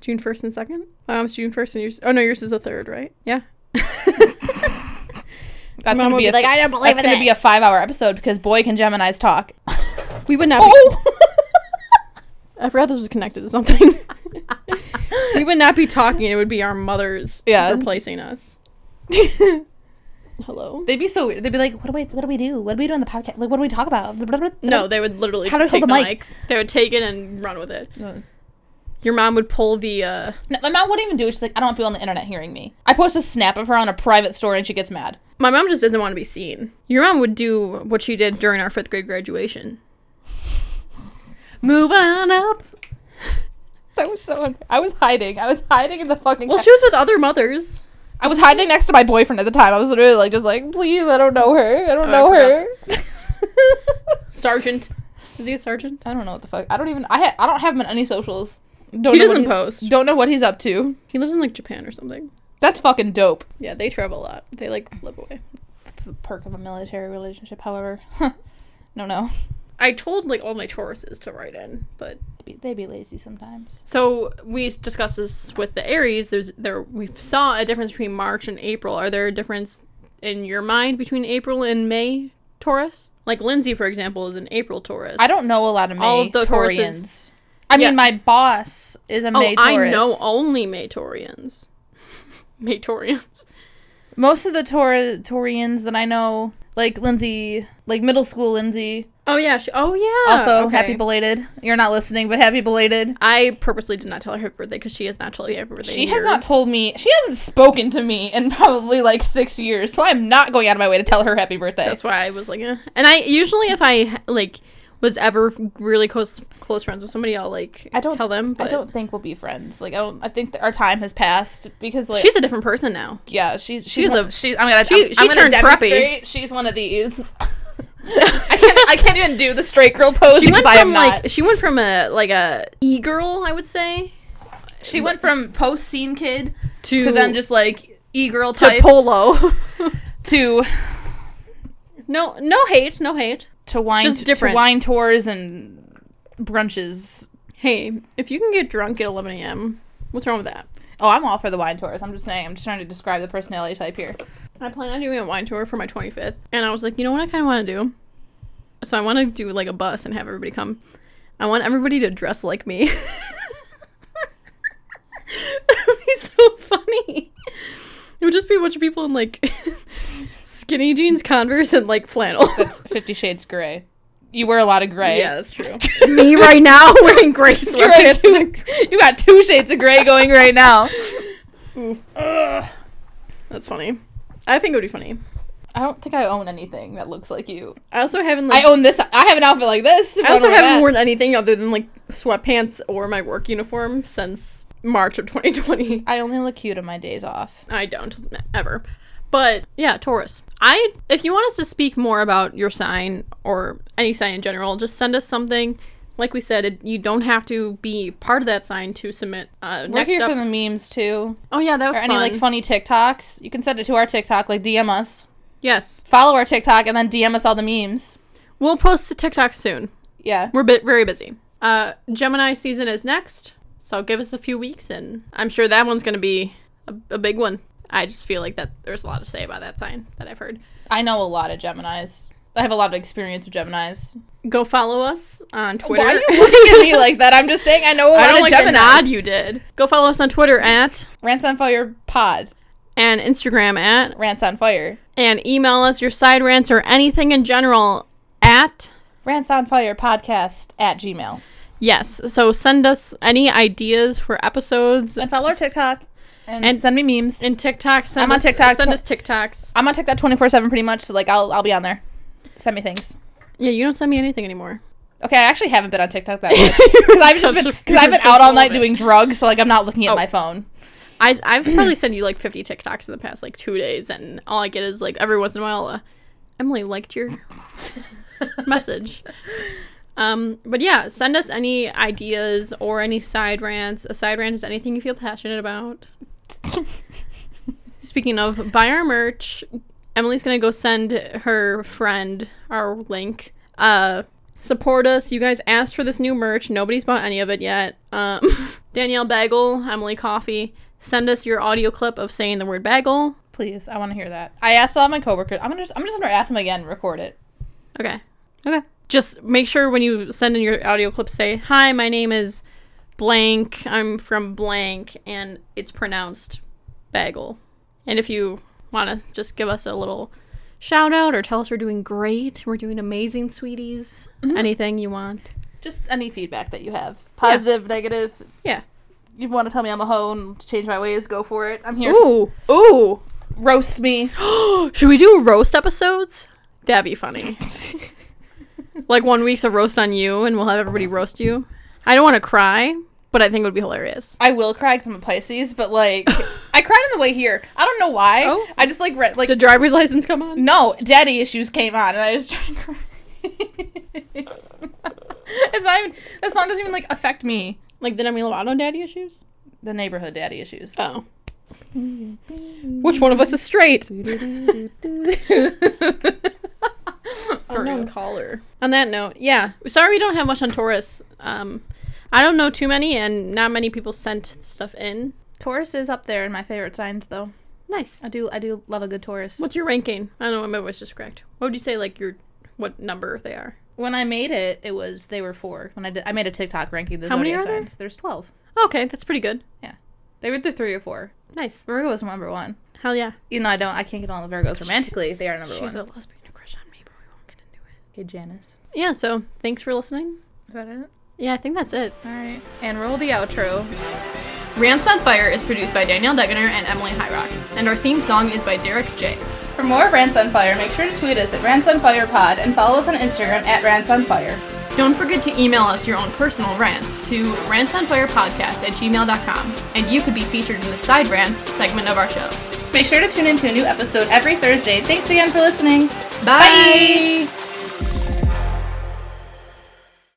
Speaker 3: June first and second. Um, it's June first and yours. Oh no, yours is the third, right? Yeah.
Speaker 2: That's
Speaker 3: Mom
Speaker 2: gonna
Speaker 3: would
Speaker 2: be,
Speaker 3: be
Speaker 2: a
Speaker 3: like, "I don't believe
Speaker 2: that's
Speaker 3: in
Speaker 2: gonna be a
Speaker 3: this."
Speaker 2: five-hour episode because boy, can Gemini's talk.
Speaker 3: We would not. Be,
Speaker 2: oh,
Speaker 3: I forgot this was connected to something. we would not be talking. It would be our mothers
Speaker 2: Yeah.
Speaker 3: replacing us. Hello.
Speaker 2: they'd be so. They'd be like, what do we? What do we do? What do we do on the podcast? Like, what do we talk about?
Speaker 3: No, they would literally
Speaker 2: How do
Speaker 3: just
Speaker 2: I
Speaker 3: take
Speaker 2: hold
Speaker 3: the
Speaker 2: the
Speaker 3: mic?
Speaker 2: mic?
Speaker 3: They would take it and run with it.
Speaker 2: No.
Speaker 3: Your mom would pull the. uh
Speaker 2: No, my mom wouldn't even do it. She's like, I don't want people on the internet hearing me. I post a snap of her on a private story and she gets mad.
Speaker 3: My mom just doesn't want to be seen. Your mom would do what she did during our fifth grade graduation. Move on up.
Speaker 2: That was so. Un- I was hiding. I was hiding in the fucking.
Speaker 3: Well, she was with other mothers.
Speaker 2: I was hiding next to my boyfriend at the time. I was literally like, just like, please, I don't know her. I don't
Speaker 3: Oh,
Speaker 2: know
Speaker 3: I
Speaker 2: her.
Speaker 3: Sergeant. Is he a sergeant?
Speaker 2: I don't know what the fuck. I don't even. I ha- I don't have him on any socials. Don't
Speaker 3: He
Speaker 2: know what
Speaker 3: doesn't
Speaker 2: he's-
Speaker 3: post.
Speaker 2: Don't know what he's up to.
Speaker 3: He lives in like Japan or something.
Speaker 2: That's fucking dope.
Speaker 3: Yeah, they travel a lot. They like live away.
Speaker 2: That's the perk of a military relationship. However, no, no,
Speaker 3: I told like all my Tauruses to write in, but
Speaker 2: they be, they be lazy sometimes.
Speaker 3: so we s- discussed this with the Aries. There's there we saw a difference between March and April. Are there a difference in your mind between April and May Taurus? Like Lindsay, for example, is an April Taurus.
Speaker 2: I don't know a lot of May
Speaker 3: All of the Tauruses-
Speaker 2: Taurians. I
Speaker 3: Yeah.
Speaker 2: mean, my boss is a
Speaker 3: Oh,
Speaker 2: May
Speaker 3: I
Speaker 2: Taurus.
Speaker 3: know only Maytorians. Maytorians.
Speaker 2: Most of the Taur- Taurians that I know, like Lindsay, like middle school Lindsay,
Speaker 3: Oh yeah. She, oh yeah.
Speaker 2: also
Speaker 3: Okay.
Speaker 2: happy belated. You're not listening, but happy belated.
Speaker 3: I purposely did not tell her happy birthday because she has not told me happy birthday.
Speaker 2: She
Speaker 3: in
Speaker 2: has not
Speaker 3: years.
Speaker 2: told me. She hasn't spoken to me in probably like six years, so I'm not going out of my way to tell her happy birthday.
Speaker 3: That's why I was like, eh. and I usually if I like was ever really close close friends with somebody, I'll like
Speaker 2: I don't-
Speaker 3: tell them. But
Speaker 2: I don't think we'll be friends. Like I don't. I think that our time has passed because like
Speaker 3: She's a different person now.
Speaker 2: yeah, she's she's,
Speaker 3: she's
Speaker 2: one-
Speaker 3: a-
Speaker 2: she. I'm gonna.
Speaker 3: she-
Speaker 2: I'm,
Speaker 3: she
Speaker 2: I'm gonna
Speaker 3: turned preppy.
Speaker 2: demonstrate. She's one of these. I can't. I can't even do the straight girl pose.
Speaker 3: She went
Speaker 2: if I am
Speaker 3: from
Speaker 2: not.
Speaker 3: like she went from a like a e girl, I would say,
Speaker 2: She went from post scene kid
Speaker 3: to
Speaker 2: to then just like e girl
Speaker 3: to
Speaker 2: type
Speaker 3: polo.
Speaker 2: to
Speaker 3: no, no hate, no hate.
Speaker 2: to wine
Speaker 3: Just
Speaker 2: to
Speaker 3: different.
Speaker 2: wine tours and brunches.
Speaker 3: Hey, if you can get drunk at 11 a.m., what's wrong with that?
Speaker 2: Oh, I'm all for the wine tours. I'm just saying. I'm just trying to describe the personality type here.
Speaker 3: I plan on doing a wine tour for my 25th. And I was like, you know what I kind of want to do? So I want to do like a bus and have everybody come. I want everybody to dress like me. that would be so funny. It would just be a bunch of people in like skinny jeans, Converse, and like flannel.
Speaker 2: That's Fifty Shades Grey. You wear a lot of gray.
Speaker 3: yeah, that's true.
Speaker 4: Me right now wearing gray
Speaker 2: You're like
Speaker 4: sweatpants.
Speaker 2: two, you got two shades of gray going right now.
Speaker 3: That's funny. I think it would be funny.
Speaker 2: I don't think I own anything that looks like you.
Speaker 3: I also haven't like
Speaker 2: I own this. I have an outfit like this.
Speaker 3: I also
Speaker 2: What am
Speaker 3: haven't
Speaker 2: at?
Speaker 3: worn anything other than like sweatpants or my work uniform since March of 2020.
Speaker 2: I only look cute on my days off.
Speaker 3: I don't n- ever. But yeah, Taurus. I if you want us to speak more about your sign or any sign in general, just send us something. Like we said, it, you don't have to be part of that sign to submit. Uh,
Speaker 2: We're
Speaker 3: next
Speaker 2: here
Speaker 3: up,
Speaker 2: for the memes too,
Speaker 3: oh yeah, that was
Speaker 2: or
Speaker 3: fun.
Speaker 2: any like funny TikToks. You can send it to our TikTok, like DM us,
Speaker 3: yes,
Speaker 2: follow our TikTok, and then DM us all the memes.
Speaker 3: we'll post the TikTok soon.
Speaker 2: Yeah,
Speaker 3: We're bit very busy. Uh, Gemini season is next, so give us a few weeks, and I'm sure that one's going to be a, a big one. I just feel like that there's a lot to say about that sign that I've heard.
Speaker 2: I know a lot of Gemini's. I have a lot of experience with Gemini's.
Speaker 3: Go follow us on Twitter.
Speaker 2: Why are you looking at me like that? I'm just saying I know a
Speaker 3: I
Speaker 2: lot
Speaker 3: don't
Speaker 2: of
Speaker 3: like the nod
Speaker 2: Gemini's.
Speaker 3: you did. Go follow us on Twitter at
Speaker 2: Rants on fire pod.
Speaker 3: and Instagram at
Speaker 2: Rants on fire.
Speaker 3: and email us your side rants or anything in general at
Speaker 2: Rants on fire podcast at Gmail.
Speaker 3: yes. So send us any ideas for episodes
Speaker 2: And follow our TikTok. And,
Speaker 3: And-
Speaker 2: send me memes.
Speaker 3: and TikToks. Send
Speaker 2: I'm on
Speaker 3: us-
Speaker 2: TikTok.
Speaker 3: Send us TikToks.
Speaker 2: I'm on TikTok 24 7 pretty much, so like I'll, I'll be on there. Send me things.
Speaker 3: Yeah, you don't send me anything anymore.
Speaker 2: Okay, I actually haven't been on TikTok that much. Because I've, just
Speaker 3: Such
Speaker 2: been,
Speaker 3: a-
Speaker 2: 'cause I've been
Speaker 3: such
Speaker 2: out all
Speaker 3: a
Speaker 2: night
Speaker 3: woman.
Speaker 2: doing drugs, so like I'm not looking at my phone.
Speaker 3: I, I've probably sent you like 50 TikToks in the past like two days, and all I get is like every once in a while, uh, Emily liked your message. Um, but yeah, send us any ideas or any side rants. A side rant is anything you feel passionate about. Speaking of, buy our merch. Emily's gonna go send her friend our link. Uh, support us. You guys asked for this new merch. Nobody's bought any of it yet. Um, Danielle Bagel, Emily Coffee, send us your audio clip of saying the word bagel.
Speaker 2: Please, I want to hear that. I asked all my coworkers. I'm gonna just I'm just gonna ask them again. and Record it.
Speaker 3: Okay. Okay. Just make sure when you send in your audio clip, say, Hi, my name is blank. I'm from blank. And it's pronounced bagel. And if you want to just give us a little shout out or tell us we're doing great, we're doing amazing, sweeties, anything you want.
Speaker 2: Just any feedback that you have, positive, negative.
Speaker 3: Yeah.
Speaker 2: You want to tell me I'm a hoe and change my ways? Go for it. I'm here.
Speaker 3: Ooh. Ooh.
Speaker 2: Roast me.
Speaker 3: Should we do roast episodes? That'd be funny. like one week's a roast on you, and we'll have everybody roast you. I don't want to cry, but I think it would be hilarious.
Speaker 2: I will cry because I'm a Pisces, but like I cried on the way here. I don't know why.
Speaker 3: Oh.
Speaker 2: I just like read like
Speaker 3: Did driver's license come on?
Speaker 2: no daddy issues came on, and I just tried to cry. it's not even that song doesn't even like affect me.
Speaker 3: Like the Demi Lovato daddy issues?
Speaker 2: The neighborhood daddy issues.
Speaker 3: Oh. Which one of us is straight? Unknown caller. On that note, yeah. Sorry we don't have much on Taurus. Um, I don't know too many, and not many people sent stuff in.
Speaker 2: Taurus is up there in my favorite signs, though.
Speaker 3: Nice.
Speaker 2: I do I do love a good Taurus.
Speaker 3: What's your ranking? I don't know. My voice just cracked. What would you say, like your what number they are?
Speaker 2: When I made it, it was they were four. When I did, I made a TikTok ranking the
Speaker 3: How many
Speaker 2: zodiac
Speaker 3: are there?
Speaker 2: signs. There's twelve.
Speaker 3: Okay, that's pretty good.
Speaker 2: They were either three or four.
Speaker 3: Nice.
Speaker 2: Virgo was number one.
Speaker 3: Hell yeah.
Speaker 2: You know I don't I can't get on the Virgos romantically. They are number
Speaker 3: She's a
Speaker 2: one.
Speaker 3: lesbian who crush on me, but we won't get into it.
Speaker 2: Hey Janice.
Speaker 3: Yeah. So thanks for listening.
Speaker 2: Is that it?
Speaker 3: Yeah, I think that's it.
Speaker 2: All right. And roll the outro.
Speaker 3: Rants on Fire is produced by Danielle Degener and Emily Hyrock, and our theme song is by Derek J.
Speaker 2: For more Rants on Fire, make sure to tweet us at Rants on Fire Pod and follow us on Instagram at Rants on Fire.
Speaker 3: Don't forget to email us your own personal rants to rantsonfirepodcast at gmail.com, and you could be featured in the side rants segment of our show.
Speaker 2: Make sure to tune into a new episode every Thursday. Thanks again for listening.
Speaker 3: Bye.